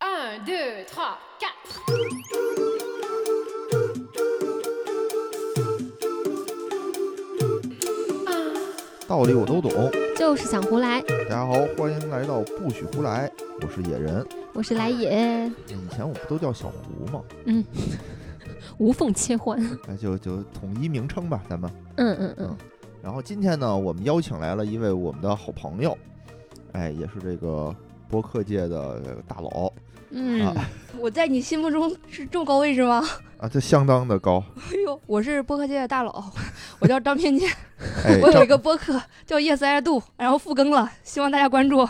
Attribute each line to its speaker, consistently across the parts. Speaker 1: 1, 2, 3, 4. Ah,
Speaker 2: 道理我都懂。
Speaker 3: 就是想胡来，
Speaker 2: 大家好，欢迎来到不许胡来，我是野人。
Speaker 3: 我是来也，
Speaker 2: 以前我不都叫小胡吗？
Speaker 3: 无缝切换。
Speaker 4: 嗯
Speaker 2: 哎，就就统一名称吧，咱们。
Speaker 3: 嗯嗯嗯，
Speaker 2: 然后今天呢，我们邀请来了一位我们的好朋友，哎，也是这个播客界的这个大佬
Speaker 3: 嗯
Speaker 2: 啊
Speaker 4: 我在你心目中是这么高位置 吗？
Speaker 2: 啊，这相当的 高。
Speaker 4: 哎呦，我是播客界的大佬， 我叫张偏见，
Speaker 2: 哎，
Speaker 4: 我有一
Speaker 2: 张
Speaker 4: 个播客叫 Yes I Do，然后复更了，希望大家关注。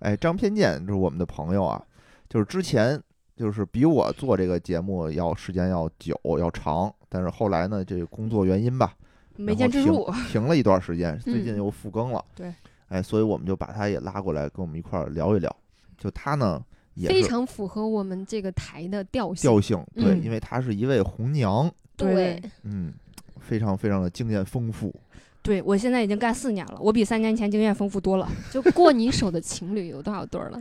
Speaker 2: 哎张偏见就是我们的朋友啊，就是之前就是比我做这个节目要时间要久要长，但是后来呢，这个工作原因吧，
Speaker 4: 没坚持住，
Speaker 2: 停了一段时间，最近
Speaker 3: 嗯
Speaker 2: 又复更了。
Speaker 4: 对，
Speaker 2: 哎，所以我们就把他也拉过来，跟我们一块儿聊一聊。就他呢，也
Speaker 3: 非
Speaker 2: 是
Speaker 3: 常符合我们这个台的调性。
Speaker 2: 调性，对，
Speaker 3: 嗯
Speaker 2: 因为她是一位红娘，
Speaker 3: 对，
Speaker 2: 嗯，非常非常的经验丰富。
Speaker 4: 对我现在已经干四年了，我比三年前经验丰富多了。
Speaker 3: 就过你手的情侣有多少对儿 了？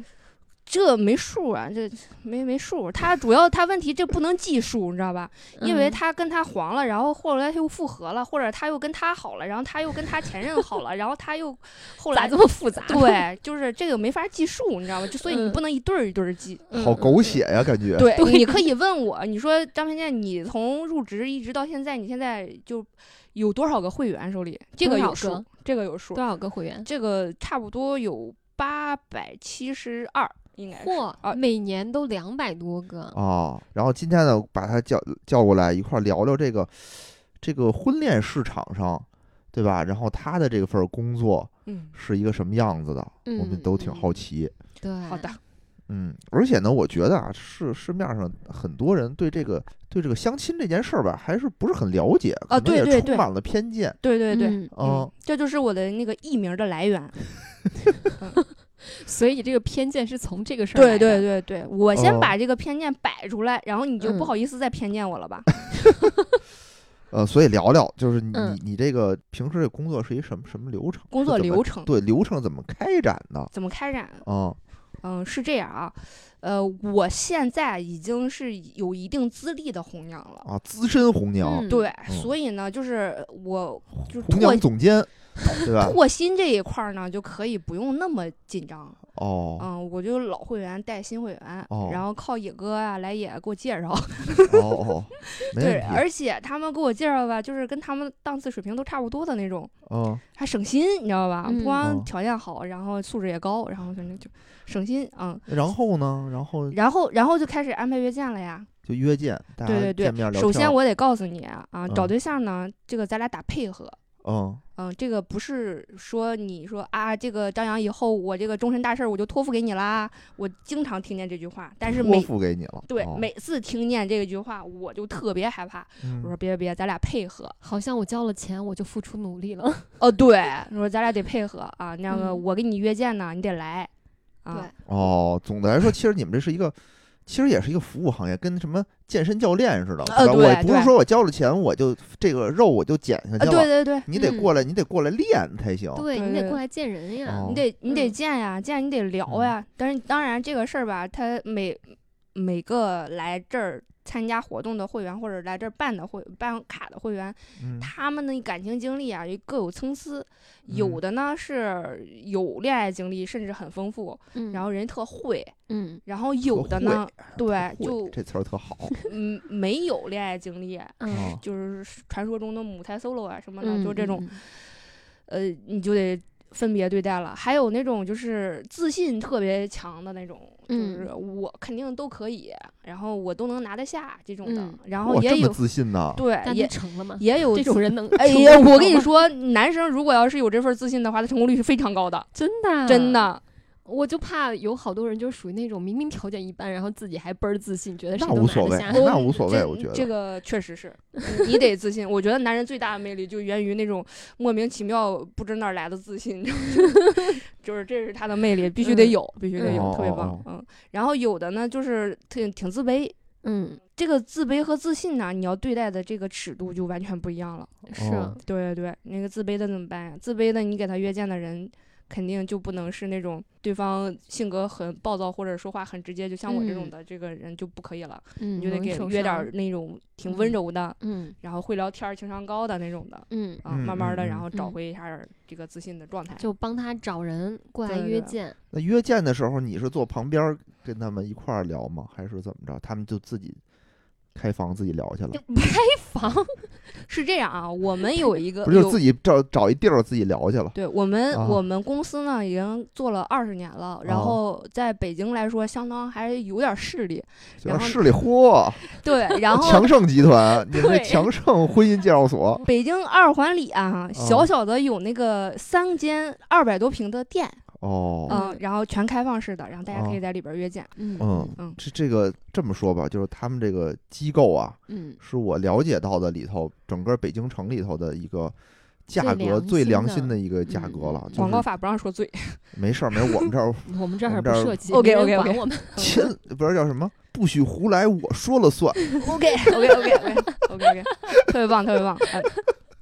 Speaker 4: 这没数啊，这没没数。他主要他问题这不能计数，你知道吧？因为
Speaker 3: 嗯
Speaker 4: 他跟他黄了，然后后来他又复合了，或者他又跟他好了，然后他又跟他前任 好了，然后他又后
Speaker 3: 咋
Speaker 4: 来
Speaker 3: 这么复杂？
Speaker 4: 对，就是这个没法计数，你知道吗？就所以你
Speaker 3: 嗯
Speaker 4: 不能一对儿一对儿记。
Speaker 3: 嗯，
Speaker 2: 好
Speaker 3: 嗯
Speaker 2: 狗血。呀、感觉。
Speaker 4: 对，
Speaker 3: 对
Speaker 4: 你可以问我，你说张偏见，你从入职一直到现在，你现在就有多少个会员手里？这
Speaker 3: 多
Speaker 4: 个
Speaker 3: 少
Speaker 4: 有数
Speaker 3: 个，
Speaker 4: 这个有数
Speaker 3: 多，少个会员？
Speaker 4: 这个差不多有八百七十二，应该是。
Speaker 3: 嚯
Speaker 4: 啊，
Speaker 3: 每年都两百多个。
Speaker 2: 哦，然后今天呢，把他叫叫过来一块儿聊聊这个这个婚恋市场上，对吧？然后他的这份儿工作
Speaker 4: 嗯，
Speaker 2: 是一个什么样子的，我们
Speaker 3: 嗯
Speaker 2: 都挺
Speaker 4: 嗯
Speaker 2: 好奇。
Speaker 3: 对，
Speaker 4: 好的，
Speaker 2: 嗯，而且呢，我觉得啊，市市面上很多人对这个对这个相亲这件事儿吧，还是不是很了解，可
Speaker 4: 啊
Speaker 2: 能也
Speaker 4: 对对
Speaker 2: 充
Speaker 4: 对
Speaker 2: 满了偏见。
Speaker 4: 对对对，
Speaker 3: 嗯
Speaker 2: 嗯，
Speaker 4: 这就是我的那个艺名的来源。
Speaker 3: 所以这个偏见是从这个事儿
Speaker 4: 对
Speaker 3: 来的
Speaker 4: 对对对，我先
Speaker 2: 哦
Speaker 4: 把这个偏见摆出来，然后你就
Speaker 3: 嗯
Speaker 4: 不好意思再偏见我 了吧？
Speaker 2: 呃，所以聊聊，就是你、
Speaker 3: 嗯
Speaker 2: 你这个平时这工作是一什么什么流程？
Speaker 4: 工
Speaker 2: 是
Speaker 4: 作
Speaker 2: 怎么
Speaker 4: 流程
Speaker 2: 对流程怎么开展的？
Speaker 4: 怎么开展？
Speaker 2: 啊、
Speaker 4: 嗯，是这样啊，呃，我现在已经是有一定资历的红娘了。
Speaker 2: 啊，资深红娘，
Speaker 3: 嗯
Speaker 4: 对，
Speaker 2: 嗯
Speaker 4: 所以呢，就是我就是
Speaker 2: 红
Speaker 4: 拓
Speaker 2: 娘总监，对吧？
Speaker 4: 拓新这一块儿呢，就可以不用那么紧张。
Speaker 2: 哦
Speaker 4: 嗯，我就老会员带新会员，
Speaker 2: 哦
Speaker 4: 然后靠野哥啊、来也给我介绍。
Speaker 2: 哦 哦，没
Speaker 4: 对，
Speaker 2: 问题。
Speaker 4: 而且他们给我介绍吧，就是跟他们档次水平都差不多的那种，
Speaker 2: 嗯，
Speaker 4: 还省心，你知道吧？
Speaker 3: 嗯
Speaker 4: 不光
Speaker 2: 哦
Speaker 4: 条件好，然后素质也高，然后反正就省心嗯。
Speaker 2: 然后呢？然后
Speaker 4: 然后，然后就开始安排约见了呀。
Speaker 2: 就约见，呃大家
Speaker 4: 对对对
Speaker 2: 见面聊天儿。
Speaker 4: 首先，我得告诉你啊，
Speaker 2: 嗯
Speaker 4: 找对象呢，这个咱俩打配合。
Speaker 2: 嗯
Speaker 4: 嗯，这个不是说你说啊，这个张扬以后我这个终身大事儿我就托付给你啦。我经常听见这句话，但是
Speaker 2: 托
Speaker 4: 每
Speaker 2: 付给你了。
Speaker 4: 对、
Speaker 2: 哦、
Speaker 4: 每次听见这句话，我就特别害怕。
Speaker 2: 嗯
Speaker 4: 我说别别别，咱俩配合。
Speaker 3: 好像我交了钱，我就付出努力了。
Speaker 4: 哦，对，我说咱俩得配合啊。那个
Speaker 3: 嗯
Speaker 4: 我跟你约见呢，你得来。啊，
Speaker 2: 哦，总的来说，其实你们这是一个，其实也是一个服务行业，跟什么健身教练似的。
Speaker 4: 呃
Speaker 2: 是吧
Speaker 4: 对
Speaker 2: 我不是
Speaker 4: 对
Speaker 2: 说我交了钱，我就这个肉我就减下
Speaker 4: 啊，
Speaker 2: 去
Speaker 4: 对
Speaker 2: 了，
Speaker 4: 对对，
Speaker 2: 你得
Speaker 3: 嗯
Speaker 2: 过来，你得过来练才行。
Speaker 3: 对
Speaker 4: 对
Speaker 3: 你得
Speaker 4: 对
Speaker 3: 过来见人呀。
Speaker 2: 哦嗯
Speaker 4: 你得你得
Speaker 3: 嗯
Speaker 4: 见呀，见你得聊呀。但是当然这个事儿吧，他每每个来这儿参加活动的会员，或者来这儿办的会办卡的会员，
Speaker 2: 嗯
Speaker 4: 他们的感情经历啊，也各有参差，
Speaker 2: 嗯
Speaker 4: 有的呢是有恋爱经历，甚至很丰富，
Speaker 3: 嗯，
Speaker 4: 然后人特会，
Speaker 3: 嗯
Speaker 4: 然后有的呢， 对，
Speaker 2: 会
Speaker 4: 就
Speaker 2: 哎这词儿 特好。
Speaker 4: 嗯没有恋爱经历，
Speaker 3: 嗯，
Speaker 2: 哦
Speaker 4: 就是传说中的母胎 solo 啊什么的，
Speaker 3: 嗯
Speaker 4: 就这种，
Speaker 3: 嗯
Speaker 4: 呃，你就得。分别对待了，还有那种就是自信特别强的那种，
Speaker 3: 嗯
Speaker 4: 就是我肯定都可以，然后我都能拿得下这种的，
Speaker 3: 嗯
Speaker 4: 然
Speaker 2: 哇
Speaker 4: 后
Speaker 2: 这
Speaker 4: 也
Speaker 2: 么
Speaker 4: 有
Speaker 2: 自信呢？
Speaker 4: 对
Speaker 3: 但他
Speaker 4: 也
Speaker 3: 成了吗？
Speaker 4: 也有
Speaker 3: 这种人能
Speaker 4: 哎
Speaker 3: 成
Speaker 4: 呀，
Speaker 3: 功
Speaker 4: 我
Speaker 3: 吗
Speaker 4: 跟你，说，男生如果要是有这份自信的话，他成功率是非常高的，
Speaker 3: 真的啊
Speaker 4: 真，的。
Speaker 3: 我就怕有好多人就属于那种明明条件一般，然后自己还倍儿自信，觉得谁
Speaker 2: 那
Speaker 3: 都
Speaker 2: 无所
Speaker 3: 拿得
Speaker 2: 谓，
Speaker 3: 下。
Speaker 2: 哎那无所谓，
Speaker 4: 这
Speaker 2: 我觉得。
Speaker 4: 这个确实是，你你得自信。我觉得男人最大的魅力就源于那种莫名其妙、不知哪儿来的自信， 就是这是他的魅力，必须得有，必须得有，
Speaker 2: 嗯
Speaker 4: 特
Speaker 2: 哦
Speaker 4: 别
Speaker 2: 哦
Speaker 4: 棒。
Speaker 2: 哦
Speaker 4: 嗯，然后有的呢，就是挺挺自卑。
Speaker 3: 嗯，
Speaker 4: 这个自卑和自信呢，你要对待的这个尺度就完全不一样了。
Speaker 3: 是啊
Speaker 2: 哦
Speaker 4: 对对对，那个自卑的怎么办呀？自卑的，你给他约见的人肯定就不能是那种对方性格很暴躁或者说话很直接，就像我这种
Speaker 3: 嗯
Speaker 4: 的、这个人就不可以了，
Speaker 3: 嗯，
Speaker 4: 你就得
Speaker 3: 容易
Speaker 4: 给
Speaker 3: 受
Speaker 4: 约点
Speaker 3: 伤
Speaker 4: 儿，那种挺温
Speaker 3: 嗯
Speaker 4: 柔的，
Speaker 3: 嗯
Speaker 4: 然后会聊天儿、情商高的那种的
Speaker 3: 嗯，
Speaker 4: 啊，
Speaker 2: 嗯
Speaker 4: 慢
Speaker 2: 嗯
Speaker 4: 慢的，
Speaker 2: 嗯
Speaker 4: 然后找
Speaker 3: 嗯
Speaker 4: 回一下儿这个自信的状态。
Speaker 3: 就帮他找人过来
Speaker 4: 对对
Speaker 3: 约
Speaker 4: 对
Speaker 3: 见，
Speaker 2: 那约见的时候，你是坐旁边儿跟他们一块儿聊吗？还是怎么着？他们就自己开房自己聊去了？
Speaker 3: 嗯
Speaker 4: 开房是这样啊，我们有一个
Speaker 2: 不是就
Speaker 4: 有
Speaker 2: 自己找找一地儿自己聊去了？
Speaker 4: 对我们、
Speaker 2: 啊
Speaker 4: 我们公司呢已经做了二十年了，然
Speaker 2: 哦
Speaker 4: 后在北京来说，相当还有点 势力。
Speaker 2: 就
Speaker 4: 然
Speaker 2: 是
Speaker 4: 后
Speaker 2: 市里嚯，
Speaker 4: 对，然后
Speaker 2: 强盛集团，你们这
Speaker 4: 对
Speaker 2: 强盛婚姻介绍所，
Speaker 4: 北京二环里啊，小小的有那个三间二百多平的店，
Speaker 2: 哦，
Speaker 4: 嗯、
Speaker 3: 嗯
Speaker 4: 然后全开放式的，然后大家可以
Speaker 2: 哦
Speaker 4: 在里边约见。
Speaker 3: 嗯
Speaker 2: 嗯
Speaker 4: 嗯
Speaker 2: 这这个这么说吧，就是他们这个机构啊，
Speaker 3: 嗯
Speaker 2: 是我了解到的里头，整个北京城里头的一个。价格最
Speaker 3: 最
Speaker 2: 良
Speaker 3: 良
Speaker 2: 心
Speaker 3: 心的
Speaker 2: 的一个价格了，
Speaker 3: 嗯
Speaker 2: 就
Speaker 4: 广告
Speaker 2: 是
Speaker 4: 法不让说醉，
Speaker 2: 没事儿，没有我们这儿
Speaker 3: 嗯，我们这
Speaker 2: 我
Speaker 3: 儿
Speaker 2: 们
Speaker 3: 不
Speaker 2: 这儿
Speaker 3: 涉及
Speaker 4: OK，
Speaker 3: 没人
Speaker 4: OK，
Speaker 3: 管
Speaker 4: OK
Speaker 3: 我们，
Speaker 2: 亲，不是叫什么？不许胡来，我说了算。
Speaker 4: OK OK OK OK OK OK，特别棒，特别棒。哎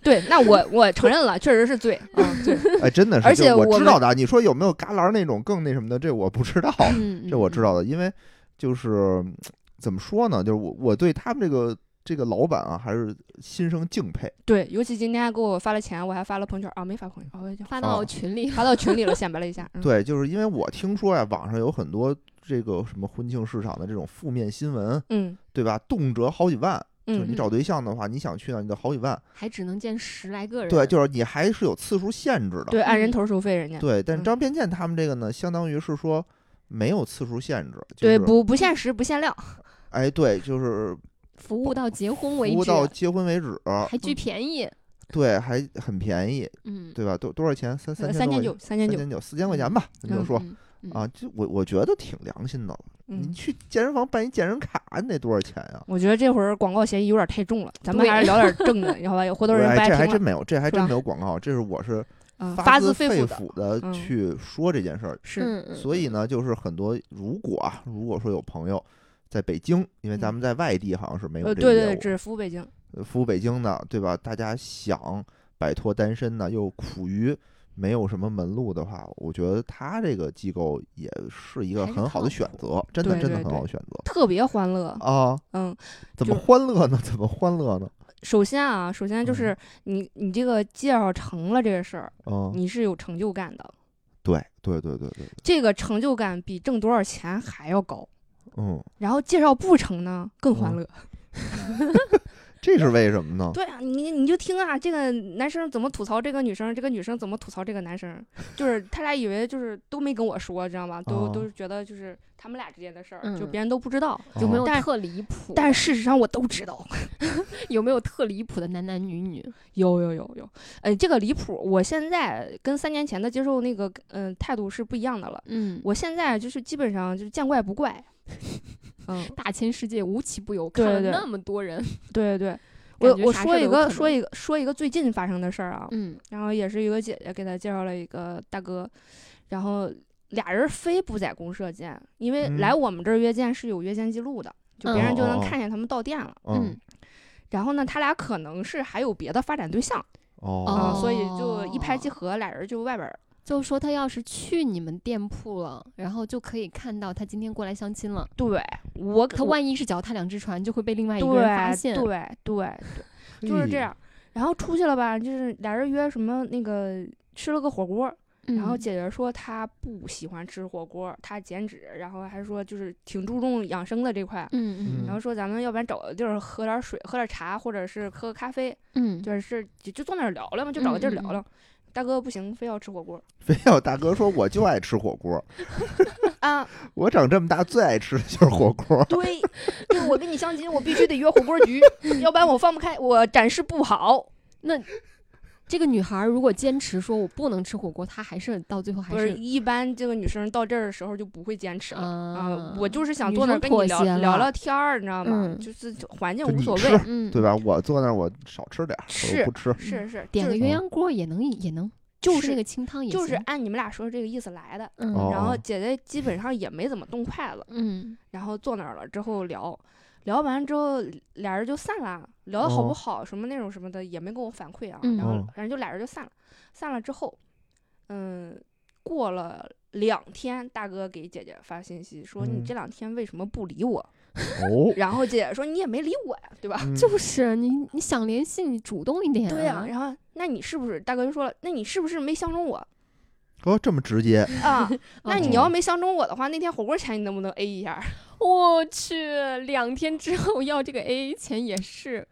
Speaker 4: 对，那我我承认了，确实是醉啊，醉。
Speaker 2: 哎，真的是，
Speaker 4: 而
Speaker 2: 就
Speaker 4: 且
Speaker 2: 我
Speaker 4: 我
Speaker 2: 知
Speaker 4: 们
Speaker 2: 道的啊。你说有没有旮旯那种更那什么的？这我不知道，
Speaker 3: 嗯，
Speaker 2: 这我知
Speaker 3: 嗯，
Speaker 2: 道的。因为就是怎么说呢，就是我我对他们这个这个老板啊，还是心生敬佩。
Speaker 4: 对，尤其今天还给我发了钱，我还发了朋友圈啊，没发朋友圈，哦我就
Speaker 3: 发
Speaker 2: 啊
Speaker 3: 到群里，
Speaker 4: 发到群里了，显摆了一下。嗯，
Speaker 2: 对，就是因为我听说呀、网上有很多这个什么婚庆市场的这种负面新闻，
Speaker 4: 嗯
Speaker 2: 对吧？动辄好几万，就是
Speaker 4: 嗯
Speaker 2: 你找对象的话，你想去那你得好几万。
Speaker 3: 还只能见十来个人，
Speaker 2: 对，就是你还是有次数限制的。
Speaker 4: 对，按人
Speaker 3: 嗯
Speaker 4: 头收费，人家
Speaker 2: 对，但
Speaker 4: 嗯
Speaker 2: 张偏见他们这个呢，相当于是说没有次数限制，就
Speaker 4: 对
Speaker 2: 是、？
Speaker 4: 不不限时不限量，
Speaker 2: 哎，对，就是
Speaker 3: 服务到结婚为
Speaker 2: 服
Speaker 3: 止，
Speaker 2: 务到结婚为止，
Speaker 3: 还巨便宜，
Speaker 2: 对，还很便宜，
Speaker 3: 嗯，
Speaker 2: 对吧？多多少钱？三
Speaker 4: 呃
Speaker 2: 千
Speaker 4: 三
Speaker 2: 三
Speaker 4: 千九，，三千
Speaker 2: 三
Speaker 4: 九，
Speaker 2: 千九，四千块钱吧，咱就
Speaker 3: 嗯
Speaker 2: 说。
Speaker 3: 嗯嗯
Speaker 2: 啊，这我我觉得挺良心的了。你
Speaker 4: 嗯。
Speaker 2: 去健身房办一健身卡，你得多少钱呀、
Speaker 4: 我觉得这会儿广告嫌疑有点太重了，咱们
Speaker 3: 对
Speaker 4: 还是聊点正的， 然后吧？有回头
Speaker 2: 我
Speaker 4: 人
Speaker 2: 哎
Speaker 4: 不爱
Speaker 2: 这还
Speaker 4: 听
Speaker 2: 真
Speaker 4: 了。
Speaker 2: 没有，这还
Speaker 4: 是
Speaker 2: 真
Speaker 4: 吧
Speaker 2: 没有广告，这是我是
Speaker 4: 嗯，
Speaker 2: 发
Speaker 4: 自肺
Speaker 2: 肺
Speaker 4: 腑
Speaker 2: 腑的
Speaker 4: 嗯
Speaker 2: 去说这件事儿。
Speaker 4: 是，
Speaker 3: 嗯
Speaker 2: 所以呢，就是很多如果啊，如果说有朋友在北京，因为咱
Speaker 4: 嗯
Speaker 2: 们在外地好像是没有
Speaker 4: 呃，
Speaker 2: 这
Speaker 4: 对
Speaker 2: 个
Speaker 4: 对
Speaker 2: 业
Speaker 4: 对，
Speaker 2: 务，
Speaker 4: 只服务北京。
Speaker 2: 呃服务北京的，对吧？大家想摆脱单身呢，又苦于没有什么门路的话，我觉得他这个机构也是一个
Speaker 3: 还是
Speaker 2: 很好的
Speaker 3: 靠
Speaker 2: 选择，真的
Speaker 4: 对
Speaker 2: 真的
Speaker 4: 对
Speaker 2: 很好的
Speaker 4: 对
Speaker 2: 选择
Speaker 4: 特别欢乐，
Speaker 2: 啊！
Speaker 4: 嗯，
Speaker 2: 怎么
Speaker 4: 就
Speaker 2: 欢乐呢？ 怎么欢乐呢？
Speaker 4: 首先啊，首先就是你你这个介绍成了这个事儿，
Speaker 2: 嗯，
Speaker 4: 你是有成就感的，
Speaker 2: 对对对对对，对
Speaker 4: 这个成就感比挣多少钱还要高。
Speaker 2: 嗯，
Speaker 4: 然后介绍不成呢，更
Speaker 2: 哦
Speaker 4: 欢乐。
Speaker 2: 这是为什么呢？
Speaker 4: 对啊，你你就听啊，这个男生怎么吐槽这个女生，这个女生怎么吐槽这个男生， 就是他俩以为就是都没跟我说，知道吗？都、
Speaker 2: 哦
Speaker 4: 都是觉得就是他们俩之间的事儿，就
Speaker 3: 嗯
Speaker 4: 别人都不知道。
Speaker 3: 有
Speaker 2: 哦
Speaker 3: 没有
Speaker 4: 但
Speaker 3: 特离谱？
Speaker 4: 但事实上我都知道，
Speaker 3: 有没有特离谱的男男女女？
Speaker 4: 有有有有，呃，这个离谱，我现在跟三年前的接受那个嗯、呃态度是不一样的了。
Speaker 3: 嗯，
Speaker 4: 我现在就是基本上就是见怪不 怪，嗯，
Speaker 3: 大千世界无奇不有，
Speaker 4: 对
Speaker 3: 看了
Speaker 4: 对
Speaker 3: 那么多人，
Speaker 4: 对对对，
Speaker 3: 感
Speaker 4: 我
Speaker 3: 觉
Speaker 4: 我
Speaker 3: 啥事
Speaker 4: 说
Speaker 3: 儿
Speaker 4: 一
Speaker 3: 都有
Speaker 4: 个
Speaker 3: 可
Speaker 4: 说
Speaker 3: 能
Speaker 4: 一个说一个最近发生的事儿啊，
Speaker 3: 嗯
Speaker 4: 然后也是一个姐姐给他介绍了一个大哥，然后俩人非不在公社见，因为
Speaker 2: 嗯
Speaker 4: 来我们这儿约见是有约见记录的，就
Speaker 3: 嗯
Speaker 4: 别人就能
Speaker 2: 哦哦哦
Speaker 4: 看见他们到店了。
Speaker 2: 嗯，
Speaker 4: 然后呢，他俩可能是还有别的发展对象啊、
Speaker 2: 哦
Speaker 3: 哦
Speaker 4: 所以就一拍即合，俩人就外边儿。
Speaker 3: 就说他要是去你们店铺了，然后就可以看到他今天过来相亲了。
Speaker 4: 对我，
Speaker 3: 他
Speaker 4: 我
Speaker 3: 万一是脚踏两只船，就会被另外一
Speaker 4: 对
Speaker 3: 个人发现。
Speaker 4: 对对对，就是这
Speaker 2: 嘿。
Speaker 4: 样。然后出去了吧，就是俩人约什么那个吃了个火锅，
Speaker 3: 嗯，
Speaker 4: 然后姐姐说她不喜欢吃火锅，她减脂，然后还说就是挺注重养生的这块。
Speaker 3: 嗯
Speaker 4: 然后
Speaker 3: 嗯
Speaker 4: 说咱们要不然找个地儿喝点水，喝点茶，或者是喝个咖啡，
Speaker 3: 嗯，
Speaker 4: 就是就就坐那儿聊聊嘛，就找个地儿
Speaker 3: 嗯
Speaker 4: 聊
Speaker 3: 嗯嗯
Speaker 4: 聊。大哥不行，非要吃火锅
Speaker 2: 非要大哥说我就爱吃火锅，
Speaker 4: 啊！
Speaker 2: 我长这么大最爱吃的就是火锅。
Speaker 4: 对，就是我跟你相亲，我必须得约火锅 局，要不然我放不开，我展示不好。
Speaker 3: 这个女孩儿如果坚持说我不能吃火锅，她还是到最后还
Speaker 4: 不是，
Speaker 3: 是
Speaker 4: 一般这个女生到这儿的时候就不会坚持了啊
Speaker 3: 啊。
Speaker 4: 我就是想
Speaker 3: 女
Speaker 4: 坐那儿
Speaker 3: 生
Speaker 4: 跟你
Speaker 3: 妥
Speaker 4: 聊
Speaker 3: 协
Speaker 4: 聊
Speaker 3: 了
Speaker 4: 聊天儿，你知道吗？
Speaker 3: 嗯
Speaker 4: 就是就环境
Speaker 2: 就
Speaker 4: 无
Speaker 2: 你
Speaker 4: 所
Speaker 2: 吃
Speaker 4: 谓，
Speaker 3: 嗯，
Speaker 2: 对？吧？我坐那儿，我少吃点儿，我
Speaker 4: 是
Speaker 2: 不吃。
Speaker 4: 是是，
Speaker 3: 点
Speaker 4: 就
Speaker 3: 个
Speaker 4: 是
Speaker 2: 是
Speaker 3: 鸳鸯锅也能也能
Speaker 4: 就
Speaker 3: 吃那
Speaker 4: 是
Speaker 3: 个清汤也
Speaker 4: 就是
Speaker 3: 行
Speaker 4: 按你们俩说的这个意思来的。
Speaker 3: 嗯
Speaker 2: 哦
Speaker 4: 然后姐姐基本上也没怎么动筷子，
Speaker 3: 嗯
Speaker 4: 然后坐那儿了之后聊，聊完之后俩人就散了，聊的好
Speaker 2: 哦
Speaker 4: 不好、什么那种什么的也没跟我反馈啊，
Speaker 3: 嗯
Speaker 4: 然后
Speaker 2: 哦
Speaker 4: 反正就俩人就散了，散了之后，嗯，过了两天，大哥给姐姐发信息说：“你
Speaker 2: 嗯
Speaker 4: 这两天为什么不理我？”
Speaker 2: 哦，
Speaker 4: 然后姐姐说：“你也没理我呀，对吧？”
Speaker 2: 嗯
Speaker 3: 啊就是你你想联系你主动一点、
Speaker 4: 对呀、
Speaker 3: 呀、
Speaker 4: 然后那你是不是大哥就说了？那你是不是没相中我
Speaker 2: 哦，这么直接，
Speaker 4: 啊？那
Speaker 3: 嗯
Speaker 4: 你要
Speaker 2: 哦
Speaker 4: 没相中我的话，那天火锅钱你能不能 A 一下？
Speaker 3: 我去，两天之后要这个 AA 钱也是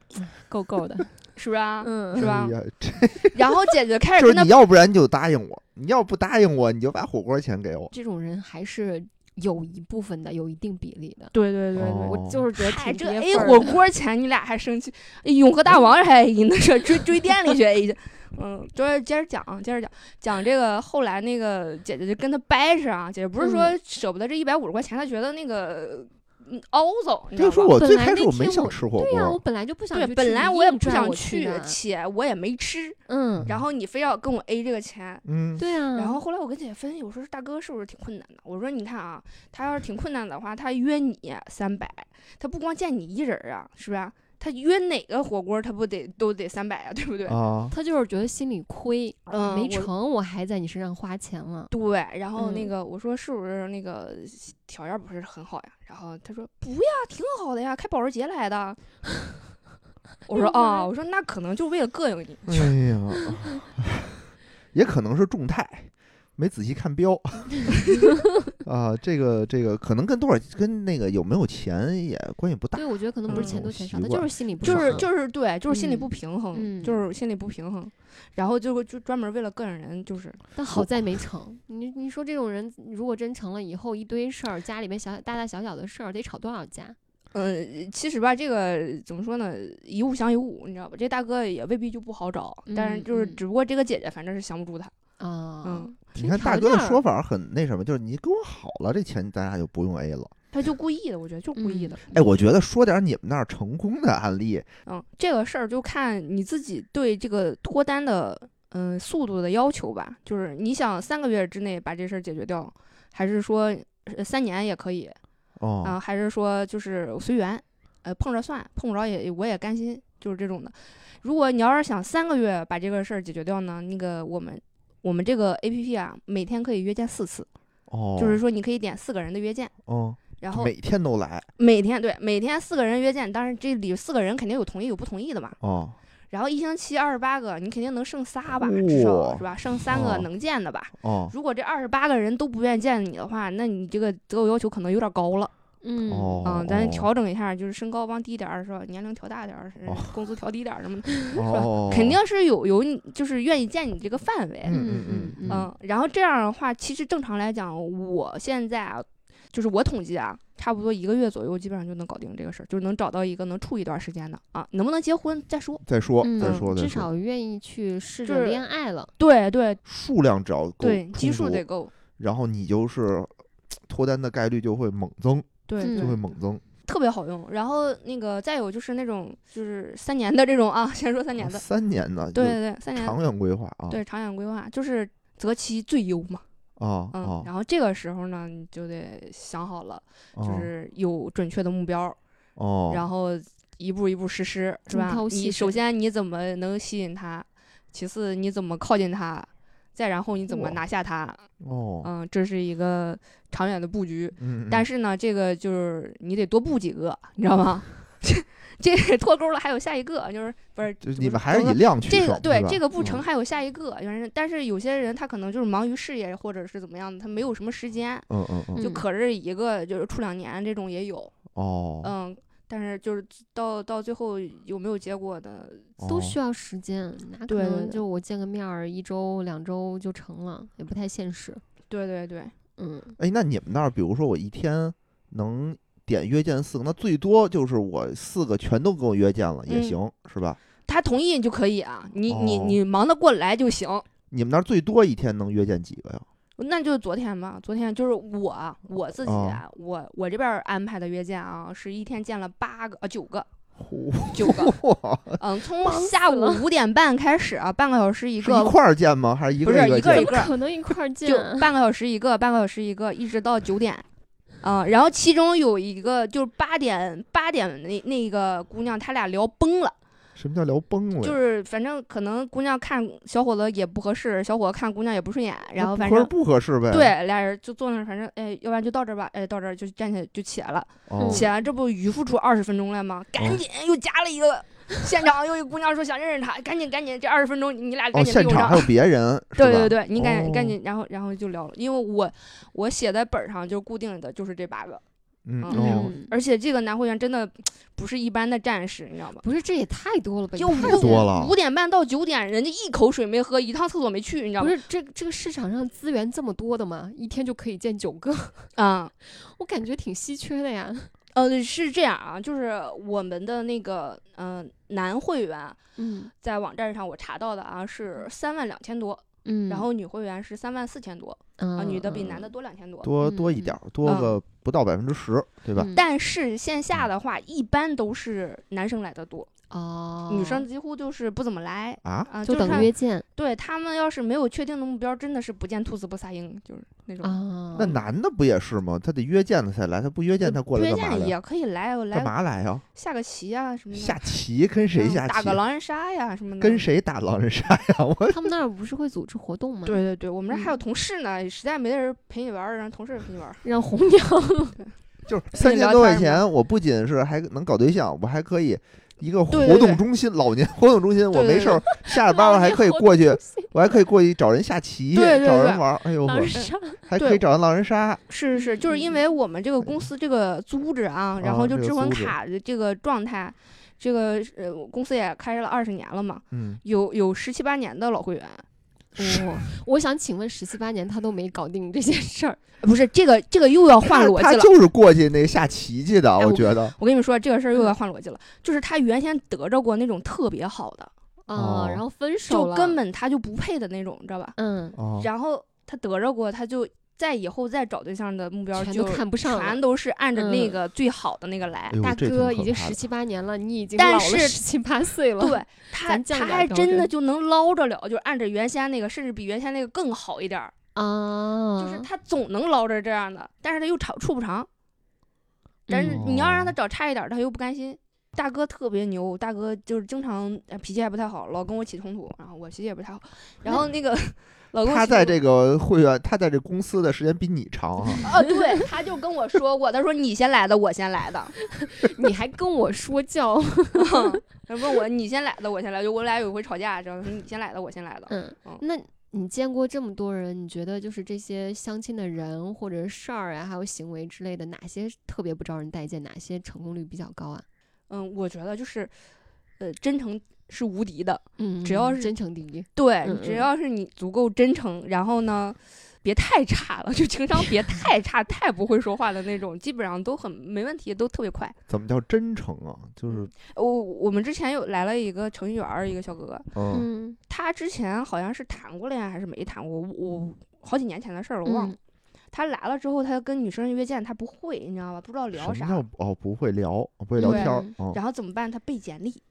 Speaker 3: 够够 的，
Speaker 4: 是不是啊？
Speaker 3: 嗯
Speaker 4: 是吧
Speaker 2: 哎呀这
Speaker 4: 然后姐姐
Speaker 3: 哎
Speaker 4: 开始
Speaker 2: 就
Speaker 4: 跟
Speaker 2: 是
Speaker 4: 他
Speaker 2: 你要不然你就答应我，你要不答应我，你就把火锅钱给我。
Speaker 3: 这种人还是有一部分的，有一定比例的。
Speaker 4: 对对对对，
Speaker 2: 哦
Speaker 3: 我就是觉得
Speaker 4: 嗨，
Speaker 3: 挺
Speaker 4: 哎这
Speaker 3: 憋
Speaker 4: A
Speaker 3: 份儿
Speaker 4: 火
Speaker 3: 的
Speaker 4: 锅钱你俩还生气？哎永和大王还 A 呢，这追追店里去 A 去。嗯，就是接着讲啊，接着讲，讲这个后来那个姐姐就跟他掰扯啊，姐姐不是
Speaker 3: 嗯
Speaker 4: 说舍不得这一百五十块钱，她觉得那个嗯凹走，你知
Speaker 2: 就
Speaker 4: 道
Speaker 2: 说
Speaker 4: 吗？
Speaker 2: 我
Speaker 3: 本
Speaker 2: 最
Speaker 3: 来
Speaker 2: 开
Speaker 3: 那
Speaker 2: 始我没
Speaker 3: 天
Speaker 2: 想
Speaker 3: 我
Speaker 2: 吃火
Speaker 3: 对呀、我
Speaker 2: 锅，
Speaker 3: 本来就不想去
Speaker 4: 对，
Speaker 3: 吃，
Speaker 4: 本来
Speaker 3: 你
Speaker 4: 我也
Speaker 3: 硬
Speaker 4: 不
Speaker 3: 拽
Speaker 4: 想
Speaker 3: 我去
Speaker 4: 去
Speaker 3: 的，
Speaker 4: 且我也没吃，
Speaker 3: 嗯，
Speaker 4: 然后你非要跟我 A 这个钱，
Speaker 2: 嗯，
Speaker 3: 对啊，
Speaker 4: 然后后来我跟姐姐分析，我说大哥是不是挺困难的？我说你看啊，他要是挺困难的话，他约你三百，他不光见你一人儿啊，是吧？他约哪个火锅儿他不得都得三百啊，对不
Speaker 3: 哦
Speaker 4: 对？
Speaker 2: 啊，
Speaker 3: 他就是觉得心里亏，
Speaker 4: 嗯，
Speaker 3: 没
Speaker 4: 我
Speaker 3: 成，我还在你身上花钱了。
Speaker 4: 对，然后那
Speaker 3: 嗯
Speaker 4: 个、我说是不是那个条件不是很好呀？然后他说不呀，挺好的呀，开保时捷来的。 我
Speaker 3: 哎呦
Speaker 4: 说
Speaker 3: 我的
Speaker 4: 啊，我说那可能就为了膈应你，
Speaker 2: 哎呀， 也可能是众泰，没仔细看 标啊。这个这个可能跟多少跟那个有没有钱也关系不大
Speaker 3: 对，。我觉得可能不是钱多钱少，
Speaker 2: 嗯
Speaker 3: 他就是心里不
Speaker 4: 就
Speaker 3: 爽啊
Speaker 4: 是就是对，就是心里不
Speaker 3: 嗯
Speaker 4: 平衡，
Speaker 3: 嗯
Speaker 4: 就是心里不平衡，然后就就专门为了膈应人，就是
Speaker 3: 但好在没成。你你说这种人如果真成了以后，一堆事儿，家里面小大大小小的事儿，得吵多少架？
Speaker 4: 嗯，其实吧，这个怎么说呢？一物降一物，你知道吧？这大哥也未必就不好找，但是
Speaker 3: 嗯
Speaker 4: 就是，
Speaker 3: 嗯
Speaker 4: 只不过这个姐姐反正是降不住他。
Speaker 3: 啊，
Speaker 4: 嗯，
Speaker 2: 你看
Speaker 3: 挺
Speaker 2: 大
Speaker 3: 条
Speaker 2: 哥的
Speaker 3: 件儿
Speaker 2: 说法很那什么，就是你跟我好了，这钱咱俩就不用 A 了。
Speaker 4: 他就故意的，我觉得就故意的。
Speaker 3: 嗯
Speaker 2: 哎，我觉得说点你们那儿成功的案例，
Speaker 4: 嗯，这个事儿就看你自己对这个脱单的嗯速度的要求吧。就是你想三个月之内把这事儿解决掉，还是说呃三年也可以
Speaker 2: 哦，
Speaker 4: 啊？还是说就是随缘，呃碰着算，碰不着也我也甘心，就是这种的。如果你要是想三个月把这个事儿解决掉呢，那个我们我们这个 A P P 啊，每天可以约见四次，
Speaker 2: 哦，
Speaker 4: 就是说你可以点四个人的约见，
Speaker 2: 哦，
Speaker 4: 然后
Speaker 2: 每天都来
Speaker 4: 每天对每天四个人约见，当然这里四个人肯定有同意有不同意的嘛。
Speaker 2: 哦，
Speaker 4: 然后一星期二十八个，你肯定能剩仨吧，至少
Speaker 2: 哇
Speaker 4: 是吧？剩三个
Speaker 2: 哦
Speaker 4: 能见的吧。
Speaker 2: 哦，
Speaker 4: 如果这二十八个人都不愿意见你的话，那你这个择偶要求可能有点高了。
Speaker 3: 嗯，
Speaker 2: 哦，
Speaker 4: 嗯，咱
Speaker 2: 哦
Speaker 4: 调整一下，就是身高往低点儿，是吧？年龄调大点儿，呃
Speaker 2: 哦
Speaker 4: 工资调低点儿什么的，
Speaker 2: 哦，
Speaker 4: 肯定是有有你就是愿意见你这个范围。
Speaker 2: 嗯嗯嗯
Speaker 3: 嗯
Speaker 4: 嗯，然后这样的话，其实正常来讲，我现在啊，就是我统计啊，差不多一个月左右，基本上就能搞定这个事儿，就是能找到一个能处一段时间的啊，能不能结婚再说。
Speaker 2: 再说
Speaker 3: 嗯
Speaker 2: 再说再
Speaker 3: 至
Speaker 2: 说，
Speaker 3: 少愿意去试
Speaker 4: 就
Speaker 3: 着
Speaker 4: 是
Speaker 3: 恋爱了。
Speaker 4: 对对
Speaker 2: 数量只要够
Speaker 4: 对，基
Speaker 2: 充
Speaker 4: 数
Speaker 2: 足
Speaker 4: 得够。
Speaker 2: 然后你就是脱单的概率就会猛增，
Speaker 4: 对，
Speaker 3: 嗯
Speaker 2: 就
Speaker 4: 对
Speaker 2: 会猛增。
Speaker 4: 特别好用。然后那个再有就是那种就是三年的这种啊，先说三年
Speaker 2: 啊
Speaker 4: 的，
Speaker 2: 三年呢，
Speaker 4: 对，对对，三年
Speaker 2: 长远规划啊，
Speaker 4: 对长远规划就是择其最优嘛，
Speaker 2: 啊
Speaker 4: 嗯，
Speaker 2: 啊，
Speaker 4: 然后这个时候呢，你就得想好了，就是有准确的目标，
Speaker 2: 哦，
Speaker 4: 然后一步一步实施，是
Speaker 3: 精
Speaker 4: 吧
Speaker 3: 挑？细
Speaker 4: 你首
Speaker 3: 选
Speaker 4: 先你怎么能吸引他，其次你怎么靠近他，再然后你怎么
Speaker 2: 哇
Speaker 4: 拿下他，
Speaker 2: 哦，
Speaker 4: 嗯，这是一个长远的布局。
Speaker 2: 嗯，
Speaker 4: 但
Speaker 2: 是
Speaker 4: 是呢，这个就是你得多布几个，你知道吗？ 这这脱钩了，还有下一个，就是不是
Speaker 2: 就是
Speaker 4: 怎
Speaker 2: 你
Speaker 4: 么
Speaker 2: 们还是
Speaker 4: 说
Speaker 2: 以量取
Speaker 4: 这
Speaker 2: 胜
Speaker 4: 个，对
Speaker 2: 是吧嗯
Speaker 4: 这个不成，还有下一个。原来，但是有些人他可能就是忙于事业或者是怎么样的，他没有什么时间，
Speaker 2: 嗯嗯嗯，
Speaker 4: 就
Speaker 3: 嗯
Speaker 4: 可是一个就是处两年这种也有，
Speaker 2: 哦，
Speaker 4: 嗯，但是就是到到最后有没有结果的，
Speaker 3: 都
Speaker 2: 哦
Speaker 3: 需要时间，哪可
Speaker 4: 对对
Speaker 3: 能
Speaker 4: 对
Speaker 3: 就我见个面儿一周两周就成了，也不太现实。
Speaker 4: 对对对，
Speaker 3: 嗯，
Speaker 2: 哎，那你们那儿，比如说我一天能点约见四个，那最多就是我四个全都跟我约见了也
Speaker 4: 嗯
Speaker 2: 行，是吧？
Speaker 4: 他同意就可以啊，你你
Speaker 2: 哦
Speaker 4: 你忙得过来就行。
Speaker 2: 你们那儿最多一天能约见几个呀？
Speaker 4: 那就是昨天吧，昨天就是我我自己
Speaker 2: 哦
Speaker 4: 啊，我我这边儿安排的约见啊，是一天见了八个啊九个九个，
Speaker 2: 嚯，
Speaker 4: 嗯，从
Speaker 3: 忙死
Speaker 4: 下午
Speaker 3: 了
Speaker 4: 五点半开始啊，半个小时一
Speaker 2: 是 一
Speaker 4: 个，
Speaker 2: 块儿见吗？还是一
Speaker 4: 不
Speaker 2: 个
Speaker 4: 是
Speaker 2: 一个
Speaker 4: 一个
Speaker 2: 见
Speaker 4: 一？个儿，啊
Speaker 3: 可能一块儿见
Speaker 4: 就半个小时一个，半个小时一个，一直到九点。啊、然后其中有一个就是八点八点那那个姑娘，她俩聊崩了，
Speaker 2: 什么叫聊崩了呀？
Speaker 4: 就是反正可能姑娘看小伙子也不合适，小伙子看姑娘也不顺眼，然后
Speaker 2: 那
Speaker 4: 反
Speaker 2: 不合
Speaker 4: 正
Speaker 2: 适不合适呗。
Speaker 4: 对俩人就坐那儿，反正哎，要不然就到这儿吧，哎，到这儿就站起来就起来了，
Speaker 2: 哦，
Speaker 4: 起来这不余付出二十分钟了吗？
Speaker 2: 嗯
Speaker 4: 赶紧又加了一个，现场又一姑娘说想认识他，赶紧赶紧，这二十分钟你俩赶
Speaker 2: 哦，
Speaker 4: 紧利
Speaker 2: 现
Speaker 4: 用
Speaker 2: 场
Speaker 4: 上
Speaker 2: 还。有别 人，是
Speaker 4: 对对
Speaker 2: 吧，
Speaker 4: 对，你赶紧赶
Speaker 2: 哦
Speaker 4: 紧，然后然后就聊了，因为我我写在本儿上就固定的就是这八个，
Speaker 2: 嗯
Speaker 4: 嗯
Speaker 2: 哦，
Speaker 3: 嗯，
Speaker 4: 而且这个男会员真的不是一般的战士，你知道吗？
Speaker 3: 不是，这也太多了吧？
Speaker 4: 就
Speaker 3: 你看
Speaker 4: 五
Speaker 2: 多了
Speaker 4: 五点半到九点，人家一口水没喝，一趟厕所没去，你知道
Speaker 3: 不
Speaker 4: 吗？
Speaker 3: 是这这个市场上资源这么多的吗？一天就可以见九个，
Speaker 4: 啊、
Speaker 3: 我感觉挺稀缺的呀。
Speaker 4: 呃，是这样啊，就是我们的那个呃男会员
Speaker 3: 嗯
Speaker 4: 在网站上我查到的啊是三万两千多，
Speaker 3: 嗯，
Speaker 4: 然后女会员是三万四千多、啊，
Speaker 3: 啊
Speaker 4: 女的比男的多两千多。
Speaker 2: 嗯多多一点儿，多
Speaker 4: 嗯
Speaker 2: 个不到百分之十，对
Speaker 3: 嗯
Speaker 2: 吧？
Speaker 4: 但是线下的话，一般都是男生来的多，
Speaker 3: 哦，
Speaker 4: 女生几乎就是不怎么来
Speaker 2: 啊，
Speaker 4: 啊，
Speaker 3: 就是等
Speaker 4: 看
Speaker 3: 约见
Speaker 4: 对他们要是没有确定的目标，真的是不见兔子不撒鹰，就是那种。
Speaker 3: 啊。
Speaker 2: 那男的不也是吗？他得约见了才来，他不约见他过来
Speaker 4: 嗯约
Speaker 2: 干嘛
Speaker 4: 见
Speaker 2: 来？
Speaker 4: 也可以来，我
Speaker 2: 干
Speaker 4: 来
Speaker 2: 嘛来呀？
Speaker 4: 下个棋啊什么的，
Speaker 2: 下棋跟谁
Speaker 4: 嗯
Speaker 2: 下
Speaker 4: 打
Speaker 2: 棋
Speaker 4: 个？狼人杀呀什么的。
Speaker 2: 跟？谁打狼人杀呀？ 我
Speaker 3: 他们那儿不是会组织活动吗？，
Speaker 4: 对对对，我们这
Speaker 3: 嗯
Speaker 4: 还有同事呢，实在没人陪你玩儿，让同事陪你玩儿。
Speaker 3: 让红 娘
Speaker 2: 就是三
Speaker 4: 你
Speaker 2: 千
Speaker 4: 聊
Speaker 2: 多块
Speaker 4: 天儿
Speaker 2: 钱，我不仅是还能搞对象，我还可以一个
Speaker 4: 对
Speaker 2: 活
Speaker 4: 对
Speaker 2: 动中心，老年活动中心，我
Speaker 4: 对对
Speaker 2: 没事儿下了班儿还可以过去，我还可以过去找人下棋，
Speaker 4: 对对
Speaker 2: 找人
Speaker 4: 对
Speaker 2: 玩儿。哎呦
Speaker 3: 老
Speaker 2: 呵
Speaker 3: 师， 上
Speaker 2: 还
Speaker 4: 对
Speaker 2: 可以找人狼人杀。
Speaker 4: 是是，就是
Speaker 3: 嗯
Speaker 4: 因为我们这个公司这个组织啊，然后
Speaker 2: 啊
Speaker 4: 就
Speaker 2: 嗯这个
Speaker 4: 智魂
Speaker 2: 组织
Speaker 4: 卡的这个状态，这个呃公司也开了二十年了嘛，
Speaker 2: 嗯，
Speaker 4: 有有十七八年的老会员，嗯
Speaker 2: 是
Speaker 3: 我我想请问十七八年他都没搞定这些事儿，
Speaker 4: 呃不是这个这个又要换
Speaker 2: 他
Speaker 4: 逻
Speaker 2: 他
Speaker 4: 辑了。
Speaker 2: 就是过去那下棋去的，
Speaker 4: 哎
Speaker 2: 我
Speaker 4: 我
Speaker 2: 觉得。
Speaker 4: 我跟你们说，这个事儿又
Speaker 3: 嗯
Speaker 4: 要换逻辑了，就是他原先得着过那种特别好的，
Speaker 3: 啊，
Speaker 2: 哦
Speaker 3: 然后分手
Speaker 4: 就
Speaker 3: 了，
Speaker 4: 根本他就不配的那种，你知道吧？
Speaker 3: 嗯，
Speaker 2: 哦，
Speaker 4: 然后他得着过，他就在以后再找对象的目标
Speaker 3: 全
Speaker 4: 就
Speaker 3: 都看不上了
Speaker 4: 全都是按着那
Speaker 3: 嗯
Speaker 4: 个最好的那个来
Speaker 2: 哎。呦
Speaker 3: 大
Speaker 2: 这挺
Speaker 3: 哥
Speaker 2: 可
Speaker 3: 已经
Speaker 2: 怕
Speaker 3: 十
Speaker 2: 的
Speaker 3: 七八年了，你已经
Speaker 4: 但
Speaker 3: 老了
Speaker 4: 是
Speaker 3: 十七八岁了，
Speaker 4: 对 他，
Speaker 3: 咱降
Speaker 4: 他
Speaker 3: 点儿
Speaker 4: 还
Speaker 3: 标
Speaker 4: 真
Speaker 3: 准
Speaker 4: 的就能捞着了，就是按着原先那个，甚至比原先那个更好一点儿。
Speaker 3: 啊，
Speaker 4: 就是他总能捞着这样的，但是他又长处不长。但是
Speaker 3: 嗯
Speaker 4: 你要让他找差一点儿，他又不甘心。大哥特别牛，大哥就是经常呃脾气还不太好，老跟我起冲突，然后我脾气也不太好，然后那个老跟我
Speaker 2: 他
Speaker 4: 起
Speaker 2: 在
Speaker 4: 冲突
Speaker 2: 这个会员，他在这公司的时间比你长哈、
Speaker 4: 啊，对，他就跟我说过，他说你先来的，我先来的，
Speaker 3: 你还跟我说教，
Speaker 4: 他问我你先来的，我先来的，就我俩有一回吵架，知道吗？你先来的，我先来的，
Speaker 3: 嗯
Speaker 4: 嗯，
Speaker 3: 那你见过这么多人，你觉得就是这些相亲的人或者事儿啊，还有行为之类的，哪些特别不招人待见，哪些成功率比较高啊？
Speaker 4: 嗯，我觉得就是，呃，真诚是无敌的，
Speaker 3: 嗯
Speaker 4: 只要是
Speaker 3: 真诚第一，
Speaker 4: 对，
Speaker 3: 嗯
Speaker 4: 只
Speaker 3: 嗯
Speaker 4: 要是你足够真诚，然后呢，别太差了，就情商别太差、太不会说话的那种，基本上都很没问题，都特别快。
Speaker 2: 怎么叫真诚啊？就是
Speaker 4: 我我们之前有来了一个程序员儿，一个小哥哥，
Speaker 2: 嗯，
Speaker 3: 嗯，
Speaker 4: 他之前好像是谈过恋爱还是没谈过，我我好几年前的事儿了，我
Speaker 3: 嗯
Speaker 4: 忘了。他来了之后，他跟女生约见，他不会，你知道吧？不知道嗯聊
Speaker 2: 什
Speaker 4: 啥
Speaker 2: 么，叫哦不会聊，不会聊
Speaker 4: 对
Speaker 2: 天儿、嗯、
Speaker 4: 然后怎么办？他背简历，